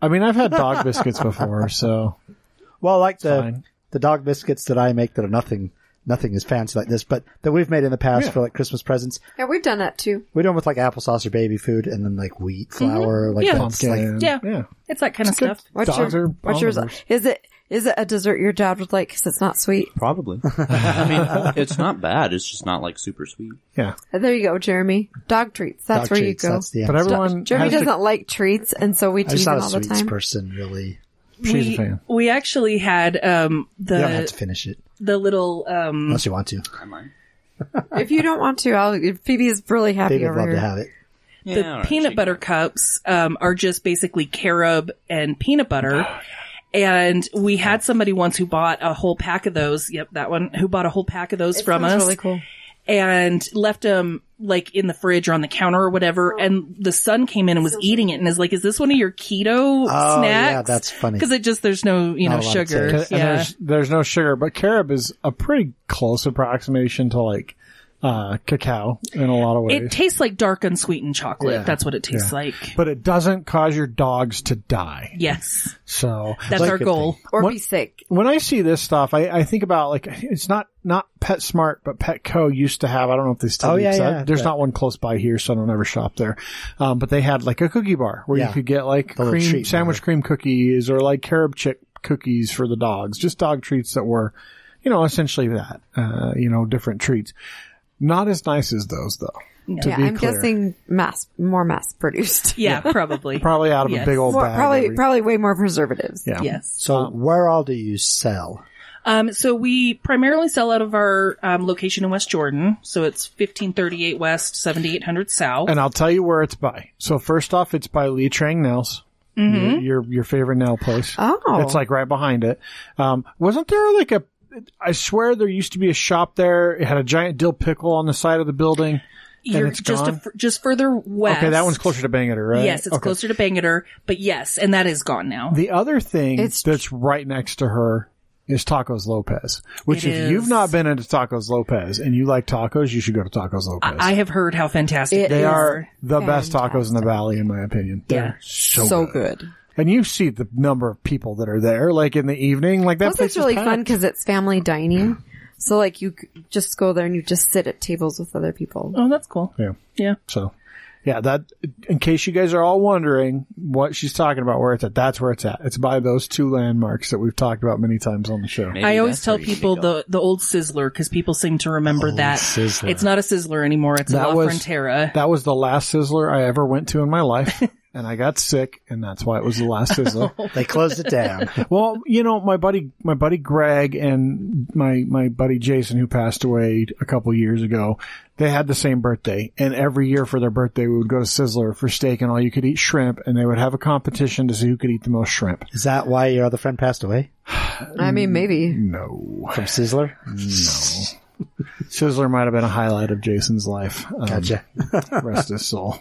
Speaker 1: I mean, I've had dog biscuits before, so
Speaker 4: Well, like the
Speaker 1: fine.
Speaker 4: the dog biscuits that I make that are nothing nothing is fancy like this, but that we've made in the past
Speaker 1: Yeah.
Speaker 4: for like Christmas presents.
Speaker 2: Yeah, we've done that too.
Speaker 4: We do them with like applesauce or baby food, and then like wheat
Speaker 2: Mm-hmm.
Speaker 4: flour, like
Speaker 7: Yeah.
Speaker 4: that's like
Speaker 1: pumpkin.
Speaker 7: Yeah.
Speaker 1: yeah.
Speaker 7: It's that kind of
Speaker 1: good.
Speaker 7: stuff.
Speaker 2: What's
Speaker 1: Dogs
Speaker 2: your
Speaker 1: are
Speaker 2: what's yours?
Speaker 1: bombers.
Speaker 2: Is it is it a dessert your dad would like because it's not sweet?
Speaker 6: Probably. I mean, it's not bad. It's just not like super sweet.
Speaker 1: Yeah.
Speaker 2: Uh, There you go, Jeremy. Dog treats. That's
Speaker 4: dog
Speaker 2: where
Speaker 4: treats.
Speaker 2: you go.
Speaker 4: That's the
Speaker 1: But
Speaker 4: answer.
Speaker 1: everyone
Speaker 2: Jeremy
Speaker 1: has to-
Speaker 2: doesn't like treats, and so we
Speaker 4: I'm just
Speaker 2: tease him
Speaker 4: not a
Speaker 2: all the
Speaker 4: sweets
Speaker 2: time.
Speaker 4: person, really.
Speaker 1: She's
Speaker 7: we,
Speaker 1: a fan.
Speaker 7: we actually had, um,
Speaker 4: You don't have
Speaker 7: the,
Speaker 4: to finish
Speaker 2: Mm.
Speaker 4: it
Speaker 7: the little, um,
Speaker 4: unless you want to.
Speaker 2: If you don't want to, I'll, Phoebe is really happy
Speaker 4: They would
Speaker 2: over
Speaker 4: love
Speaker 2: here.
Speaker 4: to have it.
Speaker 7: the
Speaker 6: Yeah, all right,
Speaker 7: peanut
Speaker 6: she
Speaker 7: butter cups um, are just basically carob and peanut butter.
Speaker 6: Oh,
Speaker 7: And we had somebody once who bought a whole pack of those. Yep, that one who bought a whole pack of those
Speaker 2: It
Speaker 7: from
Speaker 2: sounds
Speaker 7: us
Speaker 2: really cool.
Speaker 7: and left them like in the fridge or on the counter or
Speaker 2: Oh.
Speaker 7: whatever. And the son came in and was eating it and is like, "Is this one of your keto
Speaker 4: Oh,
Speaker 7: snacks?"
Speaker 4: yeah, that's funny.
Speaker 7: because it just there's no you
Speaker 4: Not
Speaker 7: know
Speaker 4: a lot of
Speaker 7: sugar.
Speaker 4: taste.
Speaker 1: And
Speaker 7: Yeah,
Speaker 1: there's there's no sugar, but carob is a pretty close approximation to like uh, cacao in a lot of ways.
Speaker 7: It tastes like dark unsweetened chocolate. That's what it tastes like.
Speaker 1: but it doesn't cause your dogs to die.
Speaker 7: Yes.
Speaker 1: So
Speaker 7: That's
Speaker 4: Like
Speaker 7: our
Speaker 4: it
Speaker 7: goal.
Speaker 2: or
Speaker 1: What-
Speaker 2: be sick.
Speaker 1: when I see this stuff, I, I think about like it's not not Pet Smart, but Petco used to have. I don't know if they still.
Speaker 4: Oh,
Speaker 1: do,
Speaker 4: yeah,
Speaker 1: 'cause I-
Speaker 4: yeah,
Speaker 1: there's
Speaker 4: yeah.
Speaker 1: not one close by here, so I don't ever shop there. Um, but they had like a cookie bar where
Speaker 4: Yeah.
Speaker 1: you could get like
Speaker 4: The little
Speaker 1: cream
Speaker 4: treat
Speaker 1: sandwich
Speaker 4: bar.
Speaker 1: cream cookies or like carob chip cookies for the dogs, just dog treats that were, you know, essentially that, uh, you know, different treats. Not as nice as those though. To
Speaker 2: yeah,
Speaker 1: be
Speaker 2: I'm
Speaker 1: clear.
Speaker 2: guessing mass, more mass produced.
Speaker 7: Yeah, probably.
Speaker 1: Probably out of
Speaker 7: Yes.
Speaker 1: a big old
Speaker 2: More,
Speaker 1: bag.
Speaker 2: probably,
Speaker 1: every-
Speaker 2: probably way more preservatives.
Speaker 1: yeah.
Speaker 7: Yes.
Speaker 4: So where all do you sell?
Speaker 7: Um, so we primarily sell out of our um, location in West Jordan. So it's 1538 West, 7800 South.
Speaker 1: And I'll tell you where it's by. So first off, it's by Lee Trang Nails, your,
Speaker 7: Mm-hmm.
Speaker 1: your your favorite nail place.
Speaker 2: Oh.
Speaker 1: it's like right behind it. Um, wasn't there like a? I swear there used to be a shop there. It had a giant dill pickle on the side of the building.
Speaker 7: You're
Speaker 1: it's
Speaker 7: just a
Speaker 1: gone?
Speaker 7: fr- just further west.
Speaker 1: Okay, that one's closer to Bangor, right?
Speaker 7: Yes, it's
Speaker 1: Okay.
Speaker 7: closer to Bangor, but yes, and that is gone now.
Speaker 1: The other thing
Speaker 2: It's-
Speaker 1: that's right next to her is Tacos Lopez. Which,
Speaker 7: It
Speaker 1: if you've
Speaker 7: is.
Speaker 1: not been into Tacos Lopez and you like tacos, you should go to Tacos Lopez.
Speaker 7: I, I have heard how fantastic
Speaker 2: It
Speaker 1: they
Speaker 2: is
Speaker 1: are the best tacos in the
Speaker 2: fantastic.
Speaker 1: valley, in my opinion. They're
Speaker 7: Yeah.
Speaker 1: so,
Speaker 2: so
Speaker 1: good.
Speaker 2: good.
Speaker 1: And you see the number of people that are there, like in the evening, like that
Speaker 2: Plus,
Speaker 1: place
Speaker 2: it's really
Speaker 1: is
Speaker 2: fun
Speaker 1: packed.
Speaker 2: because it's family dining. So like you c- just go there and you just sit at tables with other people.
Speaker 7: Oh, that's cool.
Speaker 1: Yeah.
Speaker 7: Yeah.
Speaker 1: So, yeah, that. In case you guys are all wondering what she's talking about, where it's at, that's where it's at. It's by those two landmarks that we've talked about many times on the show.
Speaker 6: Maybe
Speaker 7: I always
Speaker 6: that's
Speaker 7: tell
Speaker 6: where you need
Speaker 7: people
Speaker 6: to go.
Speaker 7: the the old sizzler because people seem to remember that.
Speaker 4: Sizzler.
Speaker 7: It's not a sizzler anymore. It's
Speaker 1: That
Speaker 7: La
Speaker 1: was-
Speaker 7: Frontera.
Speaker 1: That was the last Sizzler I ever went to in my life, and I got sick, and that's why it was the last Sizzler.
Speaker 4: They closed it down.
Speaker 1: Well, you know, my buddy, my buddy Greg and my, my buddy Jason, who passed away a couple years ago, they had the same birthday. And every year for their birthday, we would go to Sizzler for steak and all you could eat shrimp. And they would have a competition to see who could eat the most shrimp.
Speaker 4: Is that why your other friend passed away
Speaker 2: I mean, maybe.
Speaker 1: No.
Speaker 4: from Sizzler?
Speaker 1: Sizzler might have been a highlight of Jason's life. Um,
Speaker 4: Gotcha.
Speaker 1: rest his soul.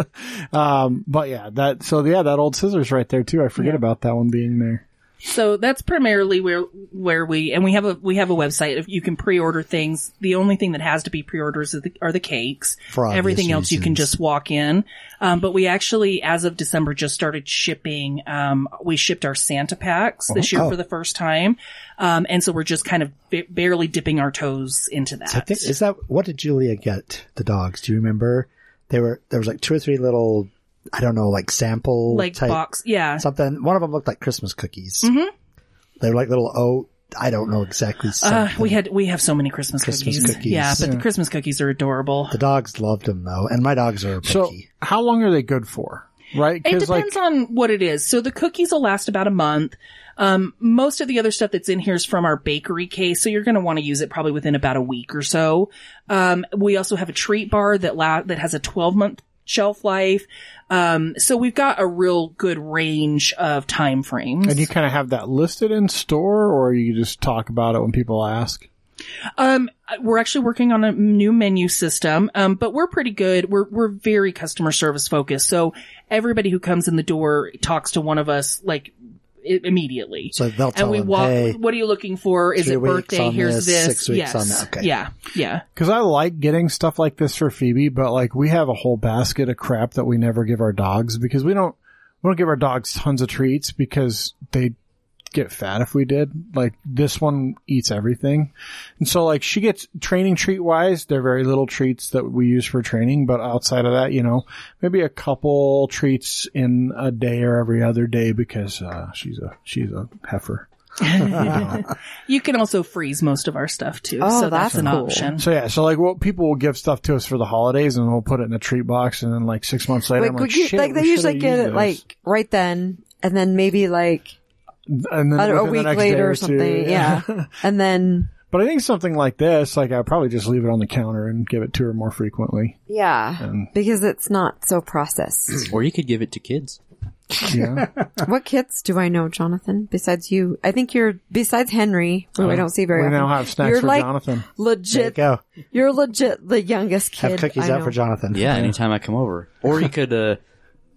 Speaker 1: um, but yeah, that, so yeah, that old Sizzler's right there too. I forget about that one being there.
Speaker 7: So that's primarily where where we and we have a we have a website. If you can pre-order things, the only thing that has to be pre-orders are the, are the cakes.
Speaker 4: For obvious
Speaker 7: Everything else you can
Speaker 4: reasons.
Speaker 7: just walk in. Um, but we actually, as of December, just started shipping. Um, we shipped our Santa packs this year
Speaker 4: Oh.
Speaker 7: for the first time, um, and so we're just kind of b- barely dipping our toes into that.
Speaker 4: I think is that what did Julia get the dogs? Do you remember? They were there was like two or three little I don't know like sample
Speaker 7: like
Speaker 4: type
Speaker 7: box, yeah.
Speaker 4: something. One of them looked like Christmas cookies. Mm-hmm. They were like little oh I don't know exactly.
Speaker 7: Uh,
Speaker 4: something.
Speaker 7: we had we have so many Christmas,
Speaker 4: Christmas
Speaker 7: cookies.
Speaker 4: cookies.
Speaker 7: Yeah, but the Christmas cookies are adorable.
Speaker 4: the dogs loved them though, and my dogs are picky.
Speaker 1: So how long are they good for? Right?
Speaker 7: It
Speaker 1: 'Cause,
Speaker 7: depends on what it is. So the cookies will last about a month. Um, most of the other stuff that's in here is from our bakery case, so you're going to want to use it probably within about a week or so. Um, we also have a treat bar that la- that has a 12 month shelf life. Um, so we've got a real good range of time frames.
Speaker 1: And you kind of have that listed in store, or you just talk about it when people ask.
Speaker 7: Um, we're actually working on a new menu system, um, but we're pretty good. We're we're very customer service focused, so everybody who comes in the door talks to one of us like i- immediately.
Speaker 4: So they'll tell
Speaker 7: and we
Speaker 4: them,
Speaker 7: walk.
Speaker 4: "Hey,
Speaker 7: what are you looking for? Is
Speaker 4: three
Speaker 7: it
Speaker 4: weeks
Speaker 7: birthday?
Speaker 4: on
Speaker 7: Here's
Speaker 4: this,
Speaker 7: this.
Speaker 4: six weeks
Speaker 7: yes.
Speaker 4: on that." Okay.
Speaker 7: Yeah. Yeah.
Speaker 1: Because I like getting stuff like this for Phoebe, but like we have a whole basket of crap that we never give our dogs because we don't we don't give our dogs tons of treats because they get fat if we did. Like this one eats everything, and so like she gets training treat wise, they're very little treats that we use for training. But outside of that, you know, maybe a couple treats in a day or every other day because uh, she's a she's a heifer.
Speaker 7: You can also freeze most of our stuff too,
Speaker 2: Oh,
Speaker 7: so
Speaker 2: that's
Speaker 7: that's, an
Speaker 2: cool.
Speaker 7: option.
Speaker 1: So yeah, so like, well, people will give stuff to us for the holidays, and we'll put it in a treat box, and then like six months later,
Speaker 2: Like,
Speaker 1: I'm
Speaker 2: would
Speaker 1: like,
Speaker 2: you,
Speaker 1: Shit,
Speaker 2: like they
Speaker 1: we
Speaker 2: usually
Speaker 1: should've
Speaker 2: get
Speaker 1: used
Speaker 2: it like right then and then maybe like
Speaker 1: this. and then
Speaker 2: I don't know, a
Speaker 1: within the
Speaker 2: week
Speaker 1: next day
Speaker 2: later or
Speaker 1: two,
Speaker 2: something. Yeah. and then
Speaker 1: but I think something like this, like I would probably just leave it on the counter and give it to her more frequently.
Speaker 2: yeah, because it's not so processed.
Speaker 6: Or you could give it to kids.
Speaker 1: Yeah,
Speaker 2: what kids do I know, Jonathan? Besides you, I think you're besides Henry, who I don't see very
Speaker 1: Uh, we
Speaker 2: often.
Speaker 1: now have snacks
Speaker 2: you're
Speaker 1: for
Speaker 2: like
Speaker 1: Jonathan.
Speaker 4: there you
Speaker 2: legit.
Speaker 4: go.
Speaker 2: You're legit the youngest kid.
Speaker 4: Have cookies
Speaker 2: I
Speaker 4: out
Speaker 2: know.
Speaker 4: for Jonathan.
Speaker 6: Yeah, anytime I come over. Or you could, uh,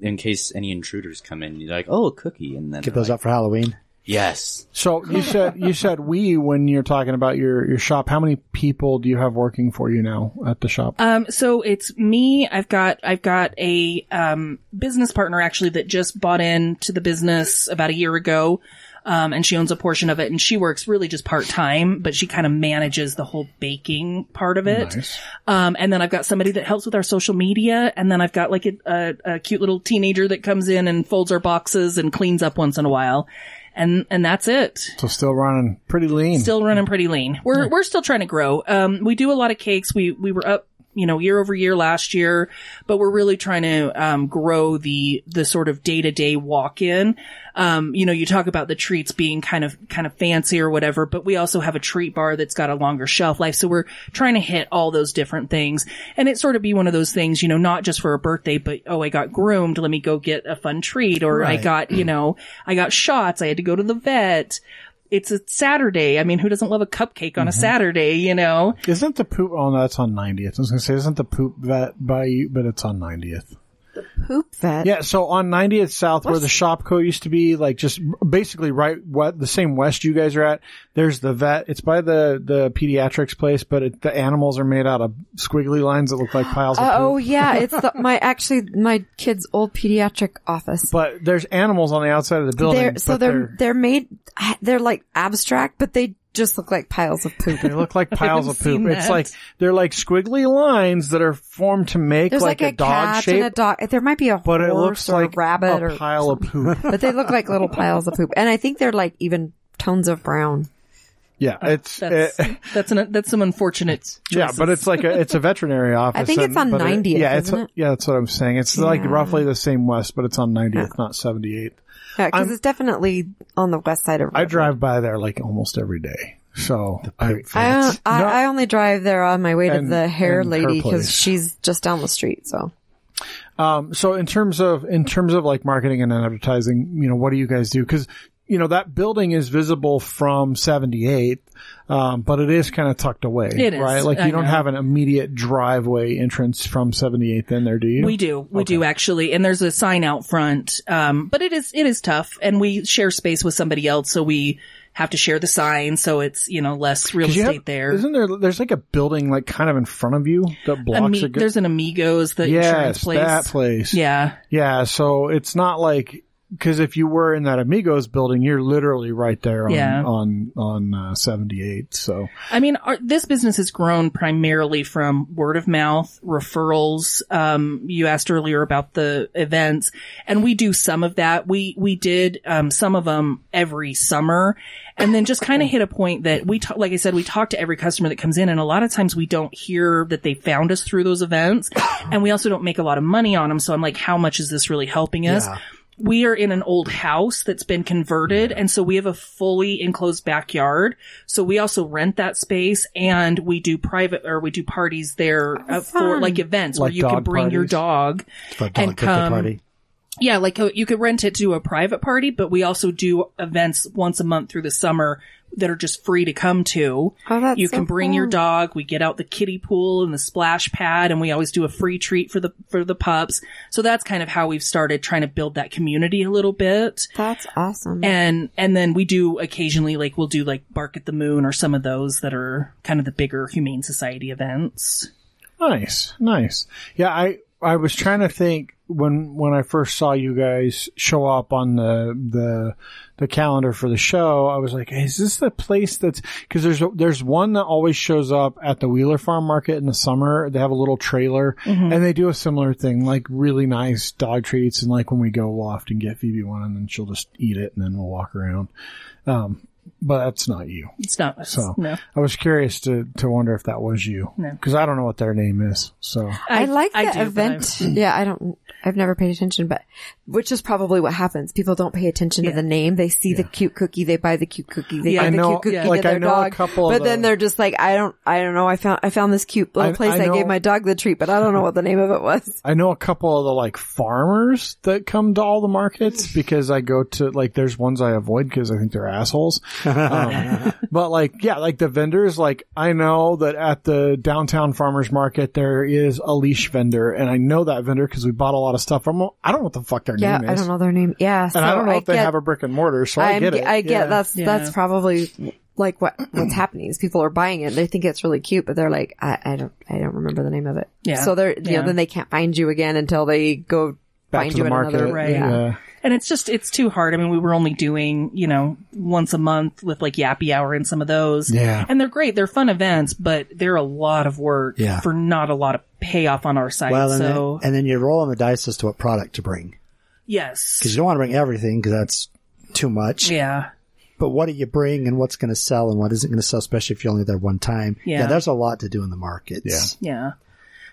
Speaker 6: in case any intruders come in, you're like, oh, a cookie. And then
Speaker 4: Give
Speaker 6: they're
Speaker 4: those
Speaker 6: like,
Speaker 4: up for Halloween.
Speaker 6: Yes.
Speaker 1: So you said you said we when you're talking about your your shop. How many people do you have working for you now at the
Speaker 2: Uh,
Speaker 1: shop?
Speaker 7: Um, so it's me. I've got I've got a um, business partner actually that just bought into the business about a year ago, um, and she owns a portion of it. And she works really just part time, but she kind of manages the whole baking part of it.
Speaker 1: Nice.
Speaker 7: Um, and then I've got somebody that helps with our social media, and then I've got like a, a, a cute little teenager that comes in and folds our boxes and cleans up once in a while, and and that's it.
Speaker 1: So still running pretty lean.
Speaker 7: Still running pretty lean. We're we're still trying to grow. Um, we do a lot of cakes. We we were up, you know, year over year last year, but we're really trying to um, grow the the sort of day to day walk in. Um, you know, you talk about the treats being kind of kind of fancy or whatever, but we also have a treat bar that's got a longer shelf life. So we're trying to hit all those different things, and it sort of be one of those things, you know, not just for a birthday, but oh, I got groomed. Let me go get a fun treat, or I
Speaker 4: Right.
Speaker 7: got you know, I got shots. I had to go to the vet it's a Saturday. I mean, who doesn't love a cupcake on
Speaker 1: Mm-hmm.
Speaker 7: a Saturday, you know?
Speaker 1: Isn't the poop? Oh no, that's on 90th. I was gonna say isn't the poop vet by you, but it's on 90th.
Speaker 2: Poop vet.
Speaker 1: Yeah, so on 90th South, where the Shopco used to be, like just basically right what the same west you guys are at. There's the vet. It's by the the pediatrics place, but it, the animals are made out of squiggly lines that look like piles of
Speaker 2: Uh,
Speaker 1: poop.
Speaker 2: oh yeah, it's the, my actually my kid's old pediatric office.
Speaker 1: But there's animals on the outside of the building.
Speaker 2: They're, so
Speaker 1: but
Speaker 2: they're, they're made they're like abstract, but they just look like piles of poop.
Speaker 1: they look like piles of poop.
Speaker 7: seen
Speaker 1: It's
Speaker 7: that.
Speaker 1: like they're like squiggly lines that are formed to make
Speaker 2: There's like,
Speaker 1: like,
Speaker 2: a,
Speaker 1: dog
Speaker 2: cat
Speaker 1: shape,
Speaker 2: and a dog. There might be a
Speaker 1: but
Speaker 2: horse
Speaker 1: it looks
Speaker 2: or
Speaker 1: like
Speaker 2: a rabbit
Speaker 1: a
Speaker 2: or
Speaker 1: pile of poop.
Speaker 2: but they look like little piles of poop. And I think they're like even tones of brown.
Speaker 1: Yeah, it's
Speaker 7: That's,
Speaker 1: it-
Speaker 7: that's an, that's some unfortunate
Speaker 1: yeah,
Speaker 7: choices.
Speaker 1: but it's like a, it's a veterinary office.
Speaker 2: think it's
Speaker 1: and-
Speaker 2: on
Speaker 1: but it-
Speaker 2: 90th,
Speaker 1: Yeah, it's
Speaker 2: isn't it?
Speaker 1: yeah, that's what I'm saying. It's like
Speaker 2: Yeah.
Speaker 1: roughly the same west, but it's on 90th, not 78th.
Speaker 2: Yeah, because
Speaker 1: I'm-
Speaker 2: it's definitely on the west side of.
Speaker 1: I drive by there like almost every day. So I,
Speaker 2: I, don't- I,
Speaker 1: No.
Speaker 2: I only drive there on my way to
Speaker 1: And-
Speaker 2: the hair
Speaker 1: and her
Speaker 2: lady
Speaker 1: place.
Speaker 2: because she's just down the street. So
Speaker 1: Um, so in terms of in terms of like marketing and advertising, you know, what do you guys do? Because you know that building is visible from 78, um, but it is kind of tucked away,
Speaker 7: It is.
Speaker 1: right? Like you
Speaker 7: I
Speaker 1: don't
Speaker 7: know.
Speaker 1: have an immediate driveway entrance from 78th in there, do you?
Speaker 7: We do. We do actually. And there's a sign out front. Um, but it is, it is tough and we share space with somebody else. So we have to share the sign. So it's, you know, less real
Speaker 1: 'Cause you
Speaker 7: estate
Speaker 1: have-
Speaker 7: there.
Speaker 1: Isn't there? There's like a building like kind of in front of you that blocks
Speaker 7: Ami-
Speaker 1: a good.
Speaker 7: there's an Amigos, the insurance
Speaker 1: yes,
Speaker 7: place.
Speaker 1: that place.
Speaker 7: Yeah.
Speaker 1: yeah. So it's not like because if you were in that Amigos building, you're literally right there on
Speaker 7: Yeah.
Speaker 1: on on uh, 78. So
Speaker 7: I mean, our, this business has grown primarily from word of mouth, referrals. Um, you asked earlier about the events and we do some of that. We, we did, um, some of them every summer and then just kind of hit a point that we talk, like I said, we talk to every customer that comes in and a lot of times we don't hear that they found us through those events and we also don't make a lot of money on them. So I'm like, how much is this really helping us? we are in an old house that's been converted and so we have a fully enclosed backyard so we also rent that space and we do private or we do parties there uh, for
Speaker 2: fun.
Speaker 7: like events
Speaker 1: Like
Speaker 7: where you can
Speaker 1: dog
Speaker 7: bring your
Speaker 1: parties?
Speaker 7: dog
Speaker 4: For a dog
Speaker 7: And
Speaker 4: birthday
Speaker 7: come-
Speaker 4: party.
Speaker 7: yeah like uh, you could rent it to a private party but we also do events once a month through the summer that are just free to come to
Speaker 2: oh, that's
Speaker 7: you
Speaker 2: so
Speaker 7: can bring your
Speaker 2: cool.
Speaker 7: dog. We get out the kiddie pool and the splash pad, and we always do a free treat for the for the pups. So that's kind of how we've started trying to build that community a little bit.
Speaker 2: That's awesome.
Speaker 7: And and then we do occasionally like we'll do like Bark at the Moon or some of those that are kind of the bigger humane society events.
Speaker 1: Nice, nice. Yeah, I I was trying to think when when I first saw you guys show up on the the the calendar for the show. I was like, hey, is this the place that's because there's a, there's one that always shows up at the Wheeler Farm Market in the summer. They have a little trailer and they do a similar thing, like really nice dog treats. And like when we go, we'll often get Phoebe one, and then she'll just eat it, and then we'll walk around. Um, but that's not you.
Speaker 7: It's not us.
Speaker 1: So
Speaker 7: no.
Speaker 1: I was curious to to wonder if that was you,
Speaker 7: No.
Speaker 1: because I don't know what their name is. So
Speaker 2: I, like the
Speaker 7: I do, but
Speaker 2: event. yeah, I don't. I've never paid attention, but which is probably what happens. People don't pay attention to the name. They see the cute cookie, they buy the cute cookie, they
Speaker 7: Yeah.
Speaker 2: buy
Speaker 7: I
Speaker 2: the
Speaker 1: know-
Speaker 2: cute cookie
Speaker 1: yeah.
Speaker 2: to
Speaker 1: like, I
Speaker 2: their
Speaker 1: know a
Speaker 2: dog.
Speaker 1: couple of
Speaker 2: but then
Speaker 1: the-
Speaker 2: they're just like, I don't, I don't know. I found, I found this cute little
Speaker 1: I-
Speaker 2: place.
Speaker 1: I
Speaker 2: I,
Speaker 1: know-
Speaker 2: gave my dog the treat, but I don't know what the name of it was.
Speaker 1: I know a couple of the like farmers that come to all the markets because I go to like there's ones I avoid because I think they're assholes. Um, but like, yeah, like the vendors, like I know that at the downtown farmers market there is a leash vendor, and I know that vendor because we bought a lot of stuff from. 'em. I don't know what the fuck their
Speaker 2: Yeah,
Speaker 1: name is,
Speaker 2: I don't know their name. Yeah,
Speaker 1: and I don't know if they have a brick and mortar, so I get it.
Speaker 2: I
Speaker 1: Yeah.
Speaker 2: get that's
Speaker 7: Yeah.
Speaker 2: that's probably like what what's happening is people are buying it. They think it's really cute, but they're like, I, I don't I don't remember the name of it.
Speaker 7: Yeah.
Speaker 2: So they're you
Speaker 7: Yeah.
Speaker 2: know then they can't find you again until they go
Speaker 1: Back
Speaker 2: find
Speaker 1: to
Speaker 2: you
Speaker 1: the
Speaker 2: in
Speaker 1: market,
Speaker 2: another.
Speaker 7: Right.
Speaker 2: Yeah.
Speaker 1: yeah.
Speaker 7: And it's just, it's too hard. I mean, we were only doing, you know, once a month with like Yappy Hour and some of those.
Speaker 1: Yeah.
Speaker 7: And they're great. They're fun events, but they're a lot of work
Speaker 4: Yeah.
Speaker 7: for not a lot of payoff on our side.
Speaker 4: Well, and,
Speaker 7: so,
Speaker 4: then, and then you're rolling the dice as to what product to bring because
Speaker 7: yes.
Speaker 4: you don't want to bring everything because that's too much.
Speaker 7: Yeah.
Speaker 4: But what do you bring and what's going to sell and what isn't going to sell, especially if you're only there one time?
Speaker 7: Yeah.
Speaker 4: there's a lot to do in the markets.
Speaker 7: Yeah.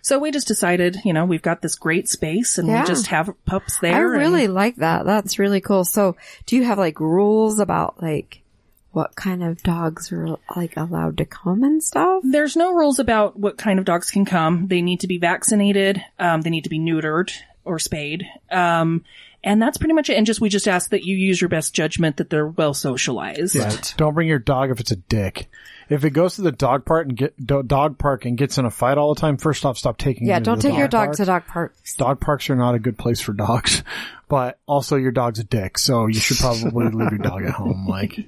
Speaker 7: So we just decided, you know, we've got this great space and
Speaker 2: Yeah.
Speaker 7: we just have pups there.
Speaker 2: I
Speaker 7: and-
Speaker 2: really like that. That's really cool. So, do you have like rules about like what kind of dogs are like allowed to come and stuff?
Speaker 7: there's no rules about what kind of dogs can come. They need to be vaccinated. Um, they need to be neutered or spayed. Um, and that's pretty much it. And just we just ask that you use your best judgment that they're well socialized.
Speaker 1: Don't bring your dog if it's a dick. If it goes to the dog park and get do- dog park and gets in a fight all the time, first off, stop taking.
Speaker 2: Yeah,
Speaker 1: it to
Speaker 2: don't
Speaker 1: the
Speaker 2: take your dog
Speaker 1: park.
Speaker 2: to dog parks.
Speaker 1: Dog parks are not a good place for dogs, but also your dog's a dick, so you should probably leave your dog at home. Like,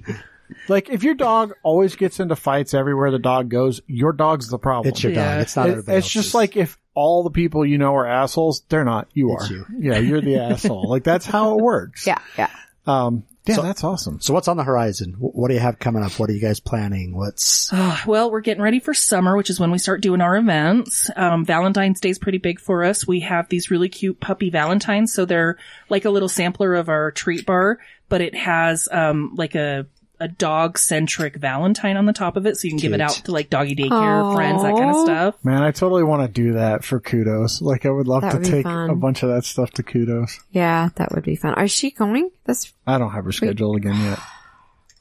Speaker 1: like if your dog always gets into fights everywhere the dog goes, your dog's the problem.
Speaker 4: It's your
Speaker 7: Yeah.
Speaker 4: dog. It's not
Speaker 1: It-
Speaker 4: everybody
Speaker 1: it's just
Speaker 4: else's.
Speaker 1: like if all the people you know are assholes, they're not. You
Speaker 4: It's
Speaker 1: are.
Speaker 4: you.
Speaker 1: Yeah, you're the asshole. Like that's how it works.
Speaker 2: Yeah, yeah.
Speaker 1: Um. Yeah, that's awesome.
Speaker 4: So what's on the horizon? Wh- What do you have coming up? What are you guys planning? What's
Speaker 7: Ah, Well, we're getting ready for summer, which is when we start doing our events. Um, Valentine's Day is pretty big for us. We have these really cute puppy Valentines. So they're like a little sampler of our treat bar, but it has, um, like a, a dog centric Valentine on the top of it. So you can give it
Speaker 4: Cute.
Speaker 7: out to like doggy daycare,
Speaker 2: Aw.
Speaker 7: friends, that kind of stuff.
Speaker 1: Man, I totally want to do that for kudos. Like, I would love
Speaker 2: That
Speaker 1: to
Speaker 2: would be
Speaker 1: take
Speaker 2: fun.
Speaker 1: a bunch of that stuff to kudos.
Speaker 2: Yeah, that would be fun. Is she going? This
Speaker 1: I don't have her scheduled again yet.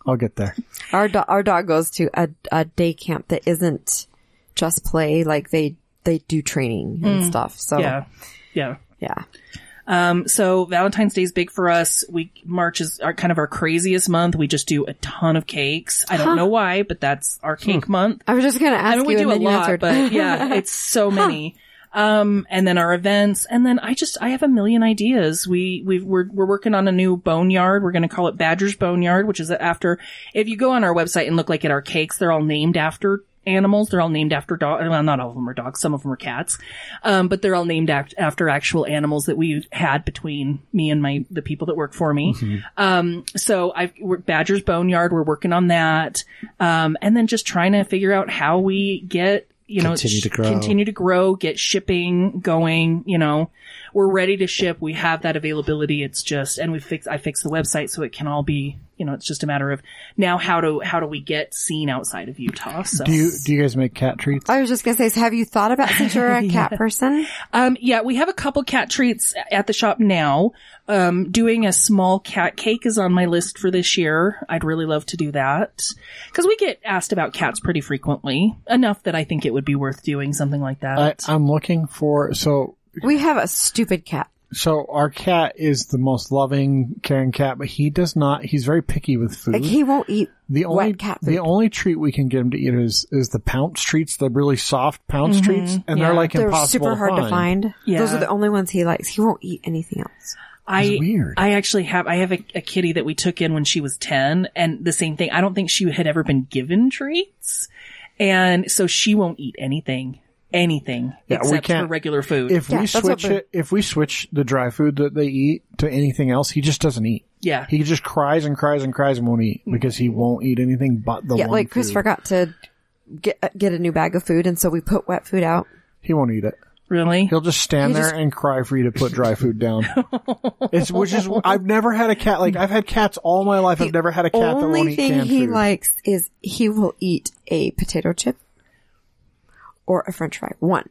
Speaker 1: I'll get there.
Speaker 2: our do- our dog goes to a a day camp that isn't just play. Like they they do training and stuff. So
Speaker 7: Hmm. Yeah. Yeah.
Speaker 2: yeah.
Speaker 7: Um, so Valentine's Day is big for us. We March is our, kind of our craziest month. We just do a ton of cakes. I don't know why, but that's our cake month.
Speaker 2: I was just gonna ask
Speaker 7: I mean, we
Speaker 2: you, and
Speaker 7: do a
Speaker 2: then you
Speaker 7: lot,
Speaker 2: answered.
Speaker 7: but yeah, it's so many. Um, and then our events, and then I just I have a million ideas. We we we're we're working on a new boneyard. We're going to call it Badger's Boneyard, which is after. If you go on our website and look like at our cakes, they're all named after animals. They're all named after dogs. Well, not all of them are dogs. Some of them are cats. Um, but they're all named act- after actual animals that we had between me and my the people that work for me. Um, so I've we're, Badger's Boneyard. We're working on that, um, and then just trying to figure out how we get you know
Speaker 4: Continue to grow.
Speaker 7: continue to grow, get shipping going. You know, we're ready to ship. We have that availability. It's just and we fix I fix the website so it can all be you know it's just a matter of now how do how do we get seen outside of Utah? So
Speaker 1: Do you do you guys make cat treats?
Speaker 2: I was just gonna say, so have you thought about since you're a cat person?
Speaker 7: Um, yeah, we have a couple cat treats at the shop now. Um, doing a small cat cake is on my list for this year. I'd really love to do that because we get asked about cats pretty frequently enough that I think it would be worth doing something like
Speaker 1: I,
Speaker 7: that.
Speaker 1: I'm looking for so
Speaker 2: We have a stupid cat.
Speaker 1: so our cat is the most loving, caring cat, but he does not. He's very picky with food.
Speaker 2: Like he won't eat
Speaker 1: the
Speaker 2: wet
Speaker 1: only
Speaker 2: cat food.
Speaker 1: the only treat we can get him to eat is is the pounce treats, the really soft pounce treats, and
Speaker 7: Yeah.
Speaker 1: they're like
Speaker 2: Mm-hmm. They're
Speaker 1: impossible
Speaker 2: super hard to find.
Speaker 7: Yeah.
Speaker 2: Those are the only ones he likes. He won't eat anything else.
Speaker 7: I,
Speaker 1: weird.
Speaker 7: I actually have, I have a, a kitty that we took in when she was 10 and the same thing. I don't think she had ever been given treats. And so she won't eat anything, anything
Speaker 1: Yeah, we
Speaker 7: except for
Speaker 1: can't-
Speaker 7: regular food.
Speaker 1: If
Speaker 2: Yeah,
Speaker 1: we
Speaker 2: that's what
Speaker 1: switch
Speaker 2: they-
Speaker 1: it, if we switch the dry food that they eat to anything else, he just doesn't eat.
Speaker 7: yeah.
Speaker 1: He just cries and cries and cries and won't eat because he won't eat anything but the
Speaker 2: yeah,
Speaker 1: one
Speaker 2: like Chris
Speaker 1: food.
Speaker 2: forgot to get get a new bag of food, and so we put wet food out.
Speaker 1: He won't eat it.
Speaker 7: Really?
Speaker 1: He'll just stand
Speaker 2: He
Speaker 1: there
Speaker 2: just-
Speaker 1: and cry for you to put dry food down. it's which is I've never had a cat like I've had cats all my life. I've never had a cat that
Speaker 2: only
Speaker 1: won't eat
Speaker 2: thing
Speaker 1: canned
Speaker 2: he
Speaker 1: food.
Speaker 2: likes is he will eat a potato chip or a French fry. One,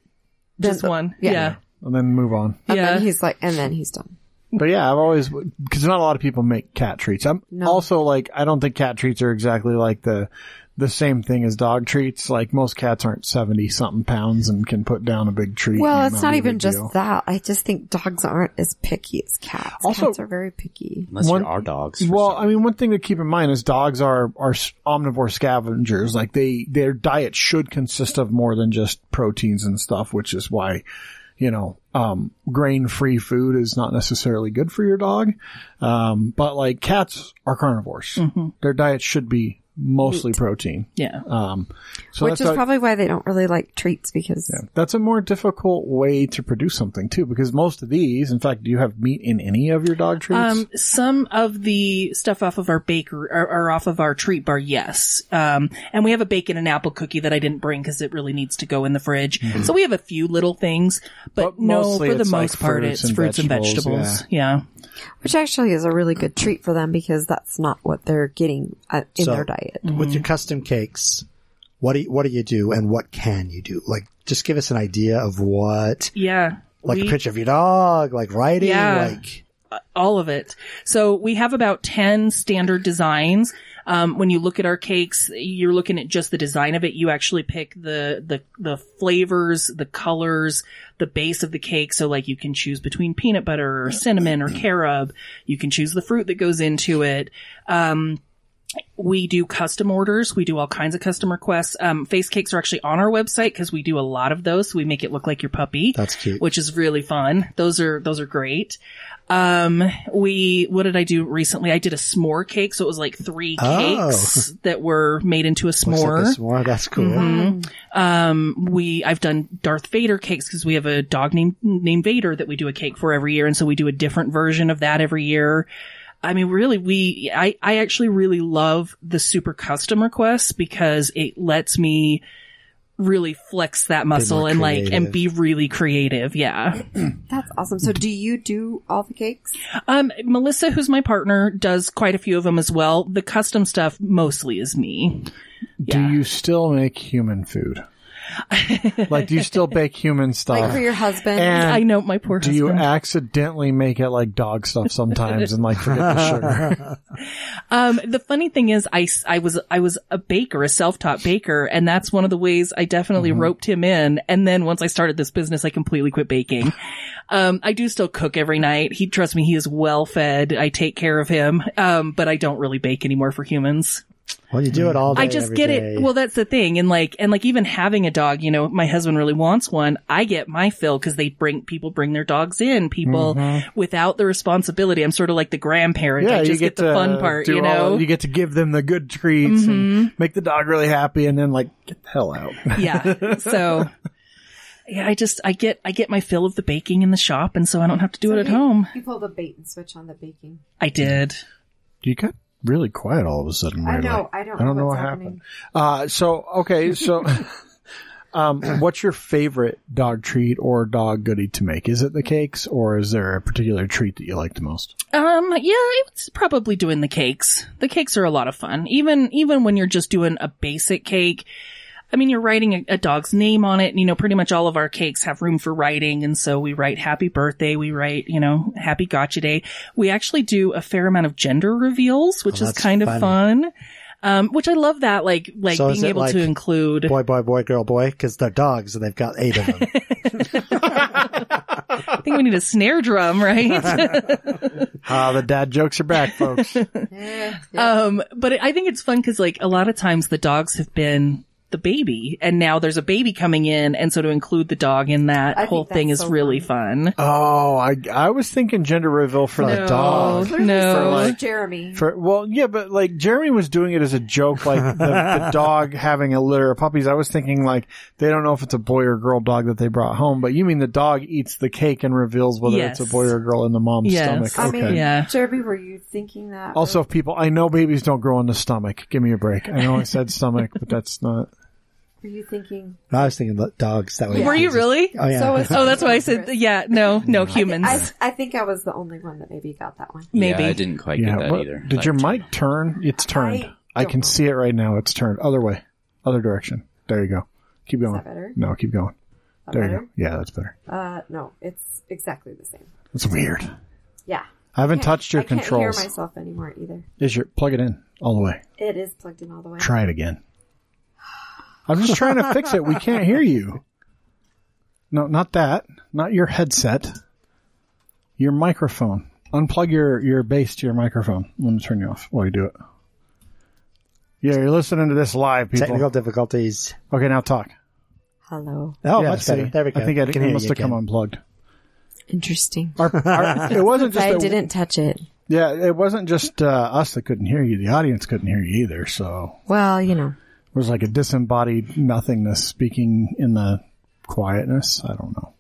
Speaker 2: Then
Speaker 7: Just
Speaker 1: uh,
Speaker 2: the-
Speaker 7: one.
Speaker 2: yeah.
Speaker 7: yeah.
Speaker 1: and then move on.
Speaker 2: and
Speaker 7: Yeah.
Speaker 2: then he's like, and then he's done.
Speaker 1: But yeah, I've always because not a lot of people make cat treats. I'm
Speaker 2: No.
Speaker 1: also like I don't think cat treats are exactly like the the same thing as dog treats. Like most cats aren't 70 something pounds and can put down a big treat.
Speaker 2: Well,
Speaker 1: and
Speaker 2: it's not
Speaker 1: be a
Speaker 2: even
Speaker 1: big
Speaker 2: just
Speaker 1: deal.
Speaker 2: that. I just think dogs aren't as picky as cats.
Speaker 1: Also-
Speaker 2: cats are very picky.
Speaker 6: Unless
Speaker 1: One-
Speaker 6: you're our dogs. for
Speaker 1: Well,
Speaker 6: some-
Speaker 1: I mean, one thing to keep in mind is dogs are are s- omnivore scavengers. Like they, their diet should consist of more than just proteins and stuff, which is why, you know, um, grain free food is not necessarily good for your dog. Um, but like cats are carnivores. Their diet should be mostly protein.
Speaker 7: Yeah.
Speaker 1: Um, so
Speaker 2: which
Speaker 1: that's
Speaker 2: is
Speaker 1: a-
Speaker 2: probably why they don't really like treats because
Speaker 1: yeah. that's a more difficult way to produce something too, because most of these, in fact, do you have meat in any of your dog treats?
Speaker 7: Um, some of the stuff off of our baker or, or off of our treat bar, yes. Um, and we have a bacon and apple cookie that I didn't bring because it really needs to go in the fridge. So we have a few little things, but,
Speaker 1: Mm-hmm. But
Speaker 7: no,
Speaker 1: mostly
Speaker 7: for the
Speaker 1: it's like
Speaker 7: most part,
Speaker 1: fruits
Speaker 7: it's
Speaker 1: and
Speaker 7: fruits and vegetables.
Speaker 1: vegetables,
Speaker 7: Yeah.
Speaker 2: which actually is a really good treat for them because that's not what they're getting uh, in
Speaker 4: So-
Speaker 2: their diet.
Speaker 7: Mm-hmm.
Speaker 4: With your custom cakes, what do you, what do you do and what can you do? Like, just give us an idea of what,
Speaker 7: Yeah.
Speaker 4: like
Speaker 7: We-
Speaker 4: a picture of your dog, like writing,
Speaker 7: Yeah.
Speaker 4: like
Speaker 7: all of it. So we have about 10 standard designs. Um, when you look at our cakes, you're looking at just the design of it. You actually pick the, the, the flavors, the colors, the base of the cake. So like you can choose between peanut butter or cinnamon or carob. You can choose the fruit that goes into it. Um, we do custom orders. We do all kinds of custom requests. Um, face cakes are actually on our website because we do a lot of those. So we make it look like your puppy
Speaker 4: that's cute.
Speaker 7: which is really fun. Those are those are great. Um, we what did I do recently? I did a s'more cake, so it was like three
Speaker 4: Oh.
Speaker 7: cakes that were made into a
Speaker 4: Looks like
Speaker 7: s'more.
Speaker 4: a s'more. That's cool.
Speaker 7: Mm-hmm. Um, we I've done Darth Vader cakes because we have a dog named named Vader that we do a cake for every year, and so we do a different version of that every year. I mean, really, we I I actually really love the super custom requests because it lets me really flex that muscle and like and
Speaker 4: creative.
Speaker 7: be really creative. Yeah.
Speaker 2: That's awesome. So do you do all the cakes?
Speaker 7: Um, Melissa, who's my partner, does quite a few of them as well. The custom stuff mostly is me.
Speaker 1: Do you still make human food? like, do you still bake human stuff?
Speaker 2: Like for your husband?
Speaker 1: Uh, and
Speaker 7: I know my poor
Speaker 1: Um, do
Speaker 7: husband.
Speaker 1: you accidentally make it like dog stuff sometimes and like forget the sugar?
Speaker 7: um, the funny thing is, I, s- I was I was a baker, a self taught baker, and that's one of the ways I definitely
Speaker 1: Mm-hmm.
Speaker 7: roped him in. And then once I started this business, I completely quit baking. Um, I do still cook every night. He trust me, he is well fed. I take care of him, um, but I don't really bake anymore for humans.
Speaker 4: Well, you do it all day.
Speaker 7: I just
Speaker 4: every
Speaker 7: get
Speaker 4: day.
Speaker 7: it. Well, that's the thing. And like, and like even having a dog, you know, my husband really wants one. I get my fill because they bring, people bring their dogs in, people without the responsibility. I'm sort of like the grandparent. I just get, the fun part,
Speaker 1: do
Speaker 7: you
Speaker 1: all-
Speaker 7: know? Mm-hmm.
Speaker 1: you get to give them the good treats and make the dog really happy, and then like get the hell out.
Speaker 7: yeah. So. Yeah, I just I get I get my fill of the baking in the shop, and so I don't have to do it at home.
Speaker 2: You pull the bait and switch on the baking.
Speaker 7: I did.
Speaker 1: You got really quiet all of a sudden.
Speaker 2: I
Speaker 1: weirdly.
Speaker 2: know. I don't.
Speaker 1: I don't
Speaker 2: know,
Speaker 1: know
Speaker 2: what's
Speaker 1: what
Speaker 2: happening.
Speaker 1: Uh, so okay, so um, what's your favorite dog treat or dog goodie to make? Is it the cakes, or is there a particular treat that you like the most?
Speaker 7: Um, yeah, it's probably doing the cakes. The cakes are a lot of fun. Even even when you're just doing a basic cake. I mean, you're writing a, a dog's name on it, and you know, pretty much all of our cakes have room for writing, and so we write happy birthday, we write, you know, happy gotcha day. We actually do a fair amount of gender reveals, which
Speaker 4: Oh,
Speaker 7: is
Speaker 4: that's
Speaker 7: kind of
Speaker 4: fun.
Speaker 7: fun. Um, which I love that, like, like
Speaker 4: So is
Speaker 7: being
Speaker 4: it
Speaker 7: able
Speaker 4: like
Speaker 7: to include.
Speaker 4: boy, boy, boy, girl, boy, because they're dogs and they've got eight of them.
Speaker 7: I think we need a snare drum, right?
Speaker 1: Ah, the dad jokes are back, folks.
Speaker 2: Uh,
Speaker 7: Um, but I think it's fun because like a lot of times the dogs have been the baby and now there's a baby coming in. And so to include the dog in that
Speaker 2: I think
Speaker 7: whole thing is
Speaker 2: that's so
Speaker 7: really fun.
Speaker 1: oh, I I was thinking gender reveal for the dog.
Speaker 7: No, no.
Speaker 1: like-
Speaker 2: Jeremy.
Speaker 1: For, well, yeah, but like Jeremy was doing it as a joke, like the, the dog having a litter of puppies. I was thinking like they don't know if it's a boy or girl dog that they brought home, but you mean the dog eats the cake and reveals whether it's
Speaker 7: Yes.
Speaker 1: a boy or girl in the mom's
Speaker 7: Yes.
Speaker 1: stomach.
Speaker 2: I
Speaker 1: okay.
Speaker 2: mean,
Speaker 7: Yeah.
Speaker 2: Jeremy, were you thinking that?
Speaker 1: Also, people, I know babies don't grow on the stomach. Give me a break. I know I said stomach, but that's not.
Speaker 2: were you thinking?
Speaker 4: I was thinking lo- dogs. That way.
Speaker 7: Were you
Speaker 4: just-
Speaker 7: really?
Speaker 4: Oh yeah.
Speaker 2: So is-
Speaker 7: Oh, that's why I said, yeah, no, no humans.
Speaker 2: I, I think I was the only one that maybe got that one.
Speaker 7: Maybe.
Speaker 6: Yeah, I didn't quite
Speaker 1: Yeah.
Speaker 6: get that
Speaker 1: what-
Speaker 6: either.
Speaker 1: Did your
Speaker 6: Like,
Speaker 1: mic turn? It's turned.
Speaker 2: I
Speaker 1: I,
Speaker 2: don't
Speaker 1: can
Speaker 2: know.
Speaker 1: see it right now. It's turned. Other way. Other direction. There you go. Keep going.
Speaker 2: better?
Speaker 1: No, keep going.
Speaker 2: That
Speaker 1: There you
Speaker 2: better?
Speaker 1: go. Yeah, that's better.
Speaker 2: Uh, no, it's exactly the same.
Speaker 1: That's weird.
Speaker 2: Yeah.
Speaker 1: I haven't touched your
Speaker 2: I can't
Speaker 1: controls.
Speaker 2: hear myself anymore either.
Speaker 1: Is your plug it in all the way?
Speaker 2: It is plugged in all the way.
Speaker 1: Try it again. I'm just trying to fix it. We can't hear you. No, not that. Not your headset. Your microphone. Unplug your, your base to your microphone. I'm going to turn you off while you do it. Yeah, you're listening to this live, people.
Speaker 4: Technical difficulties.
Speaker 1: Okay, now talk.
Speaker 2: Hello.
Speaker 4: Oh,
Speaker 1: yeah,
Speaker 4: much
Speaker 1: see?
Speaker 4: better. There we go.
Speaker 1: I think I,
Speaker 4: Can hear
Speaker 1: it must
Speaker 4: you
Speaker 1: have come
Speaker 4: again.
Speaker 1: unplugged.
Speaker 2: Interesting.
Speaker 1: Our, our, it wasn't just
Speaker 2: I
Speaker 1: that-
Speaker 2: didn't touch it.
Speaker 1: Yeah, it wasn't just uh, us that couldn't hear you. The audience couldn't hear you either. So
Speaker 2: Well, you know,
Speaker 1: it was like a disembodied nothingness speaking in the quietness. I don't know.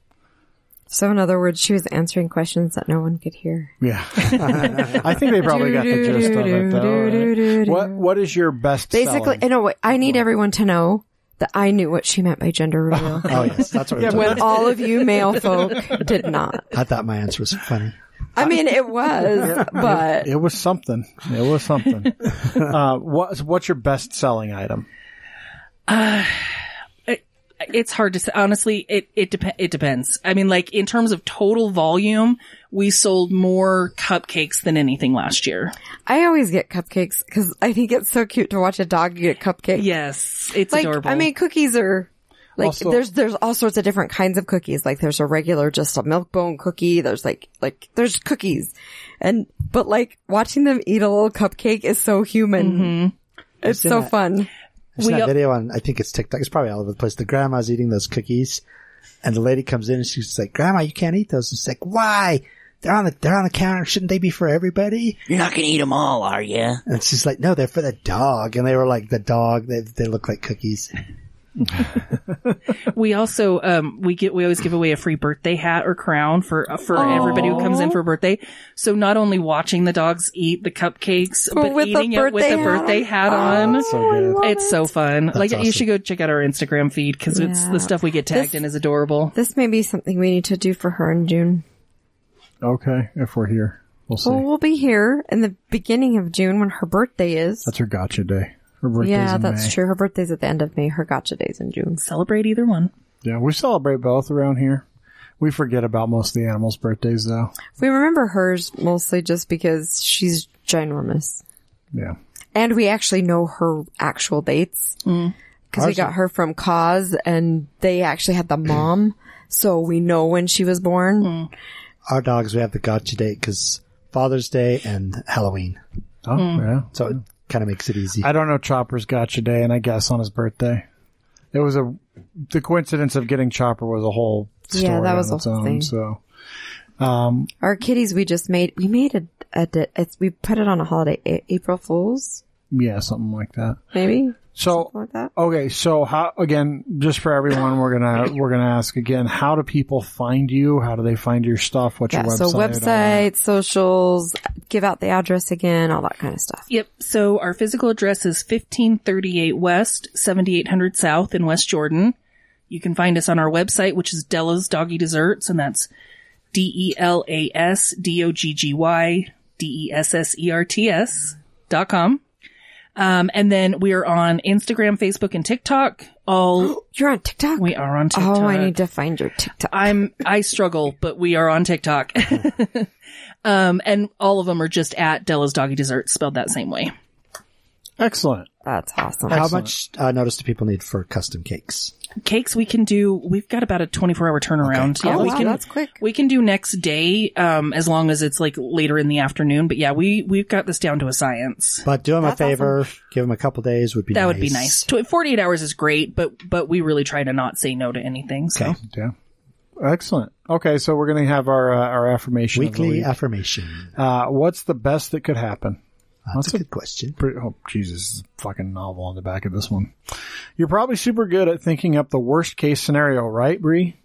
Speaker 2: so in other words, she was answering questions that no one could hear.
Speaker 1: Yeah, I think they probably got the gist of it though. right? What What is your best?
Speaker 2: Basically,
Speaker 1: selling?
Speaker 2: in a way, I need everyone to know that I knew what she meant by gender reveal.
Speaker 4: Oh yes, that's what we're talking
Speaker 2: when
Speaker 4: about.
Speaker 2: all of you male folk did not.
Speaker 4: I thought my answer was funny.
Speaker 2: I mean, it was, but
Speaker 1: it was something. It was something. uh, what What's your best selling item?
Speaker 7: it's hard to say. Honestly, it it dep- it depends. I mean, like in terms of total volume, we sold more cupcakes than anything last year.
Speaker 2: I always get cupcakes because I think it's so cute to watch a dog eat a cupcake.
Speaker 7: Yes, it's
Speaker 2: like
Speaker 7: adorable.
Speaker 2: I mean, cookies are like
Speaker 1: Also-
Speaker 2: there's there's all sorts of different kinds of cookies. Like there's a regular just a milk bone cookie. There's like like there's cookies, and but like watching them eat a little cupcake is so human.
Speaker 7: Mm-hmm.
Speaker 2: It's so fun.
Speaker 4: There's
Speaker 7: We
Speaker 4: that
Speaker 7: al-
Speaker 4: video on, I think it's TikTok. It's probably all over the place. The grandma's eating those cookies and the lady comes in and she's like, grandma, you can't eat those. And she's like, why? They're on the, they're on the counter. Shouldn't they be for everybody?
Speaker 6: You're not gonna eat them all, are you?
Speaker 4: And she's like, no, they're for the dog. And they were like, the dog, they, they look like cookies.
Speaker 7: we also um we get we always give away a free birthday hat or crown for uh, for everybody who comes in for a birthday. So not only watching the dogs eat the cupcakes,
Speaker 2: But
Speaker 7: but
Speaker 2: with the
Speaker 7: eating it with
Speaker 2: birthday
Speaker 7: a
Speaker 2: hat
Speaker 7: birthday hat on.
Speaker 1: So good.
Speaker 7: It's so fun. like
Speaker 4: awesome.
Speaker 7: you should go check out our Instagram feed because it's
Speaker 2: Yeah.
Speaker 7: the stuff we get tagged
Speaker 2: This-
Speaker 7: in is adorable.
Speaker 2: This may be something we need to do for her in June.
Speaker 1: Okay, if we're here, we'll see.
Speaker 2: Well, we'll be here in the beginning of June when her birthday is.
Speaker 1: That's her gotcha day. Her birthday's
Speaker 2: yeah,
Speaker 1: in
Speaker 2: that's
Speaker 1: May.
Speaker 2: true. Her birthday's at the end of May. Her gotcha day's in June.
Speaker 7: Celebrate either one.
Speaker 1: Yeah, we celebrate both around here. We forget about most of the animals' birthdays though.
Speaker 2: We remember hers mostly just because she's ginormous.
Speaker 1: Yeah.
Speaker 2: And we actually know her actual dates.
Speaker 7: Mm.
Speaker 2: Because we got her from Cause and they actually had the mom. so we know when she was born.
Speaker 7: Mm.
Speaker 4: Our dogs, we have the gotcha date because Father's Day and Halloween.
Speaker 1: Oh,
Speaker 2: Hmm.
Speaker 1: yeah.
Speaker 4: So it kind of makes it easy.
Speaker 1: I don't know Chopper's gotcha day, and I guess on his birthday. It was a the coincidence of getting Chopper was a whole
Speaker 2: Yeah,
Speaker 1: story
Speaker 2: that
Speaker 1: on
Speaker 2: was the
Speaker 1: its
Speaker 2: whole
Speaker 1: own.
Speaker 2: thing.
Speaker 1: So
Speaker 2: Our kitties we just made, we made a, a di- it's, we put it on a holiday, a- April Fool's,
Speaker 1: yeah, something like that.
Speaker 2: maybe?
Speaker 1: So
Speaker 2: Something like that.
Speaker 1: okay, so how again? Just for everyone, we're gonna we're gonna ask again. How do people find you? How do they find your stuff? What's
Speaker 2: Yeah,
Speaker 1: your website?
Speaker 2: so
Speaker 1: all that?
Speaker 2: website, socials, give out the address again, all that kind of stuff.
Speaker 7: Yep. So our physical address is 1538 West, 7800 South in West Jordan. You can find us on our website, which is Della's Doggy Desserts, and that's D E L A S D O G G Y D E S S E R T S dot com. Um, and then we are on Instagram, Facebook, and TikTok. All
Speaker 2: You're on TikTok?
Speaker 7: we are on TikTok.
Speaker 2: Oh, I need to find your TikTok.
Speaker 7: I'm I struggle, but we are on TikTok. um, and all of them are just at Della's Doggy Desserts, spelled that same way.
Speaker 1: Excellent.
Speaker 2: That's awesome.
Speaker 4: How much uh, notice do people need for custom cakes?
Speaker 7: cakes we can do we've got about a 24 hour turnaround
Speaker 2: Oh,
Speaker 7: we
Speaker 2: wow,
Speaker 7: can
Speaker 2: that's quick.
Speaker 7: we can do next day um as long as it's like later in the afternoon but yeah we we've got this down to a science
Speaker 4: But do them a favor, give them a couple days would be
Speaker 7: that
Speaker 4: nice.
Speaker 7: would be nice Tw- 48 hours is great but but we really try to not say no to anything so
Speaker 4: Okay.
Speaker 1: Yeah. Excellent. Okay, so we're gonna have our uh, our affirmation of the
Speaker 4: Weekly
Speaker 1: week.
Speaker 4: affirmation.
Speaker 1: Uh, what's the best that could happen?
Speaker 4: That's a good question.
Speaker 1: Pretty, oh, Jesus, this is a fucking novel on the back of this one. You're probably super good at thinking up the worst case scenario, right, Bree?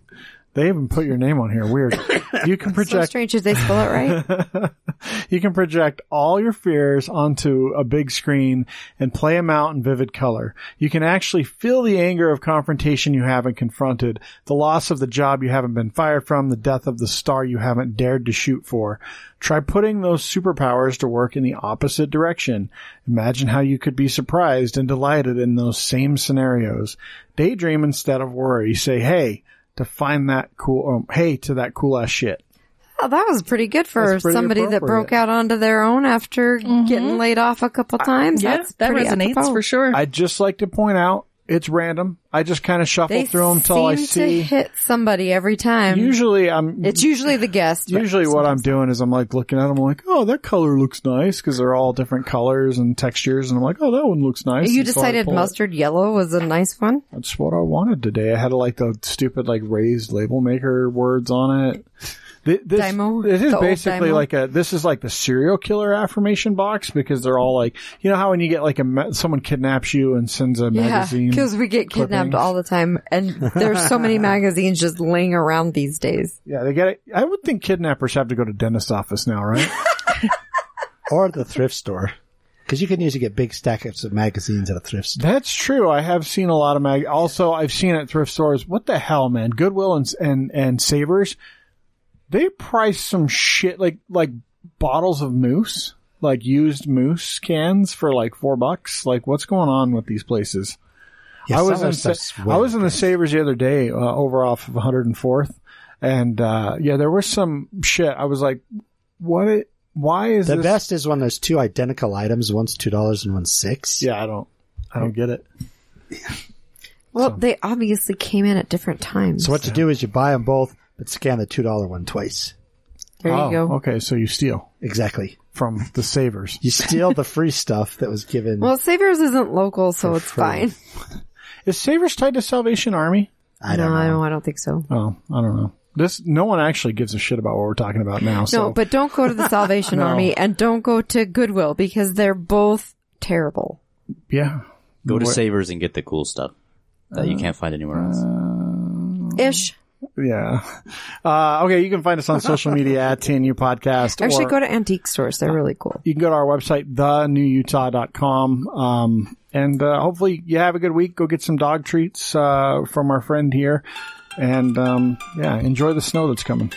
Speaker 1: They even put your name on here. Weird. You can
Speaker 2: So
Speaker 1: project.
Speaker 2: strange if they spell it right.
Speaker 1: You can project all your fears onto a big screen and play them out in vivid color. You can actually feel the anger of confrontation you haven't confronted, the loss of the job you haven't been fired from, the death of the star you haven't dared to shoot for. Try putting those superpowers to work in the opposite direction. Imagine how you could be surprised and delighted in those same scenarios. Daydream instead of worry. Say, hey, to find that cool, um, hey to that cool ass shit.
Speaker 2: Oh, that was pretty good for
Speaker 1: That's pretty
Speaker 2: somebody that broke
Speaker 1: appropriate.
Speaker 2: out onto their own after getting laid off a couple times.
Speaker 7: yeah
Speaker 2: That's
Speaker 7: that
Speaker 2: pretty
Speaker 7: resonates
Speaker 2: apropos.
Speaker 7: for sure
Speaker 1: I'd just like to point out It's random. I just kind of shuffle
Speaker 2: They
Speaker 1: through them till I
Speaker 2: seem to
Speaker 1: see.
Speaker 2: hit somebody every time.
Speaker 1: Usually, I'm
Speaker 2: it's usually the guest. but
Speaker 1: usually what I'm doing is I'm like looking at them like, oh, that color looks nice because they're all different colors and textures, and I'm like, oh, that one looks nice.
Speaker 2: You
Speaker 1: And so I
Speaker 2: decided
Speaker 1: pull it.
Speaker 2: mustard yellow was a nice one.
Speaker 1: That's what I wanted today. I had like the stupid like raised label maker words on it. Th- This,
Speaker 2: Dymo?
Speaker 1: This
Speaker 2: The
Speaker 1: is
Speaker 2: old
Speaker 1: basically
Speaker 2: Dymo?
Speaker 1: like a this is like the serial killer affirmation box because they're all like you know how when you get like a ma- someone kidnaps you and sends a magazine
Speaker 2: because we get kidnapped
Speaker 1: clippings.
Speaker 2: all the time, and there's so many magazines just laying around these days.
Speaker 1: yeah they get it I would think kidnappers have to go to dentist office now right
Speaker 4: or the thrift store. Because you can usually get big stackups of magazines at a thrift store.
Speaker 1: That's true. I have seen a lot of mag. Also, I've seen at thrift stores. What the hell, man? Goodwill and and and Savers, they price some shit like like bottles of moose, like used moose cans for like four bucks. Like, what's going on with these places? I was in Sa- I was in the Savers the other day uh, over off of 104th, and uh, yeah, there was some shit. I was like, what? It, why is
Speaker 4: the
Speaker 1: this-
Speaker 4: best is when there's two identical items, one's two dollars and one's six.
Speaker 1: Yeah, I don't, I don't get it.
Speaker 2: Well, they obviously came in at different times.
Speaker 4: So what you do is you buy them both, but scan the two dollar one twice.
Speaker 2: There
Speaker 1: oh,
Speaker 2: you go.
Speaker 1: Okay, so you steal
Speaker 4: Exactly.
Speaker 1: from the Savers.
Speaker 4: You steal the free stuff that was given.
Speaker 2: Well, Savers isn't local, so
Speaker 4: For
Speaker 2: it's
Speaker 4: free.
Speaker 2: fine.
Speaker 1: Is Savers tied to Salvation Army?
Speaker 4: I don't
Speaker 2: no, I
Speaker 4: know.
Speaker 2: don't. I don't think so.
Speaker 1: Oh, I don't know. This no one actually gives a shit about what we're talking about now. So
Speaker 2: No, but don't go to the Salvation
Speaker 1: No.
Speaker 2: Army and don't go to Goodwill because they're both terrible.
Speaker 1: yeah,
Speaker 6: Go to
Speaker 1: What-
Speaker 6: Savers and get the cool stuff that
Speaker 7: Uh,
Speaker 6: you can't find anywhere else.
Speaker 1: Mm.
Speaker 2: Ish.
Speaker 1: yeah. Uh, okay, you can find us on social media at TNU Podcast.
Speaker 2: Actually,
Speaker 1: or Uh,
Speaker 2: go to antique stores. They're really cool.
Speaker 1: you can go to our website thenewutah.com. Um, and uh, hopefully you have a good week. Go get some dog treats uh, from our friend here, and um, yeah, enjoy the snow that's coming.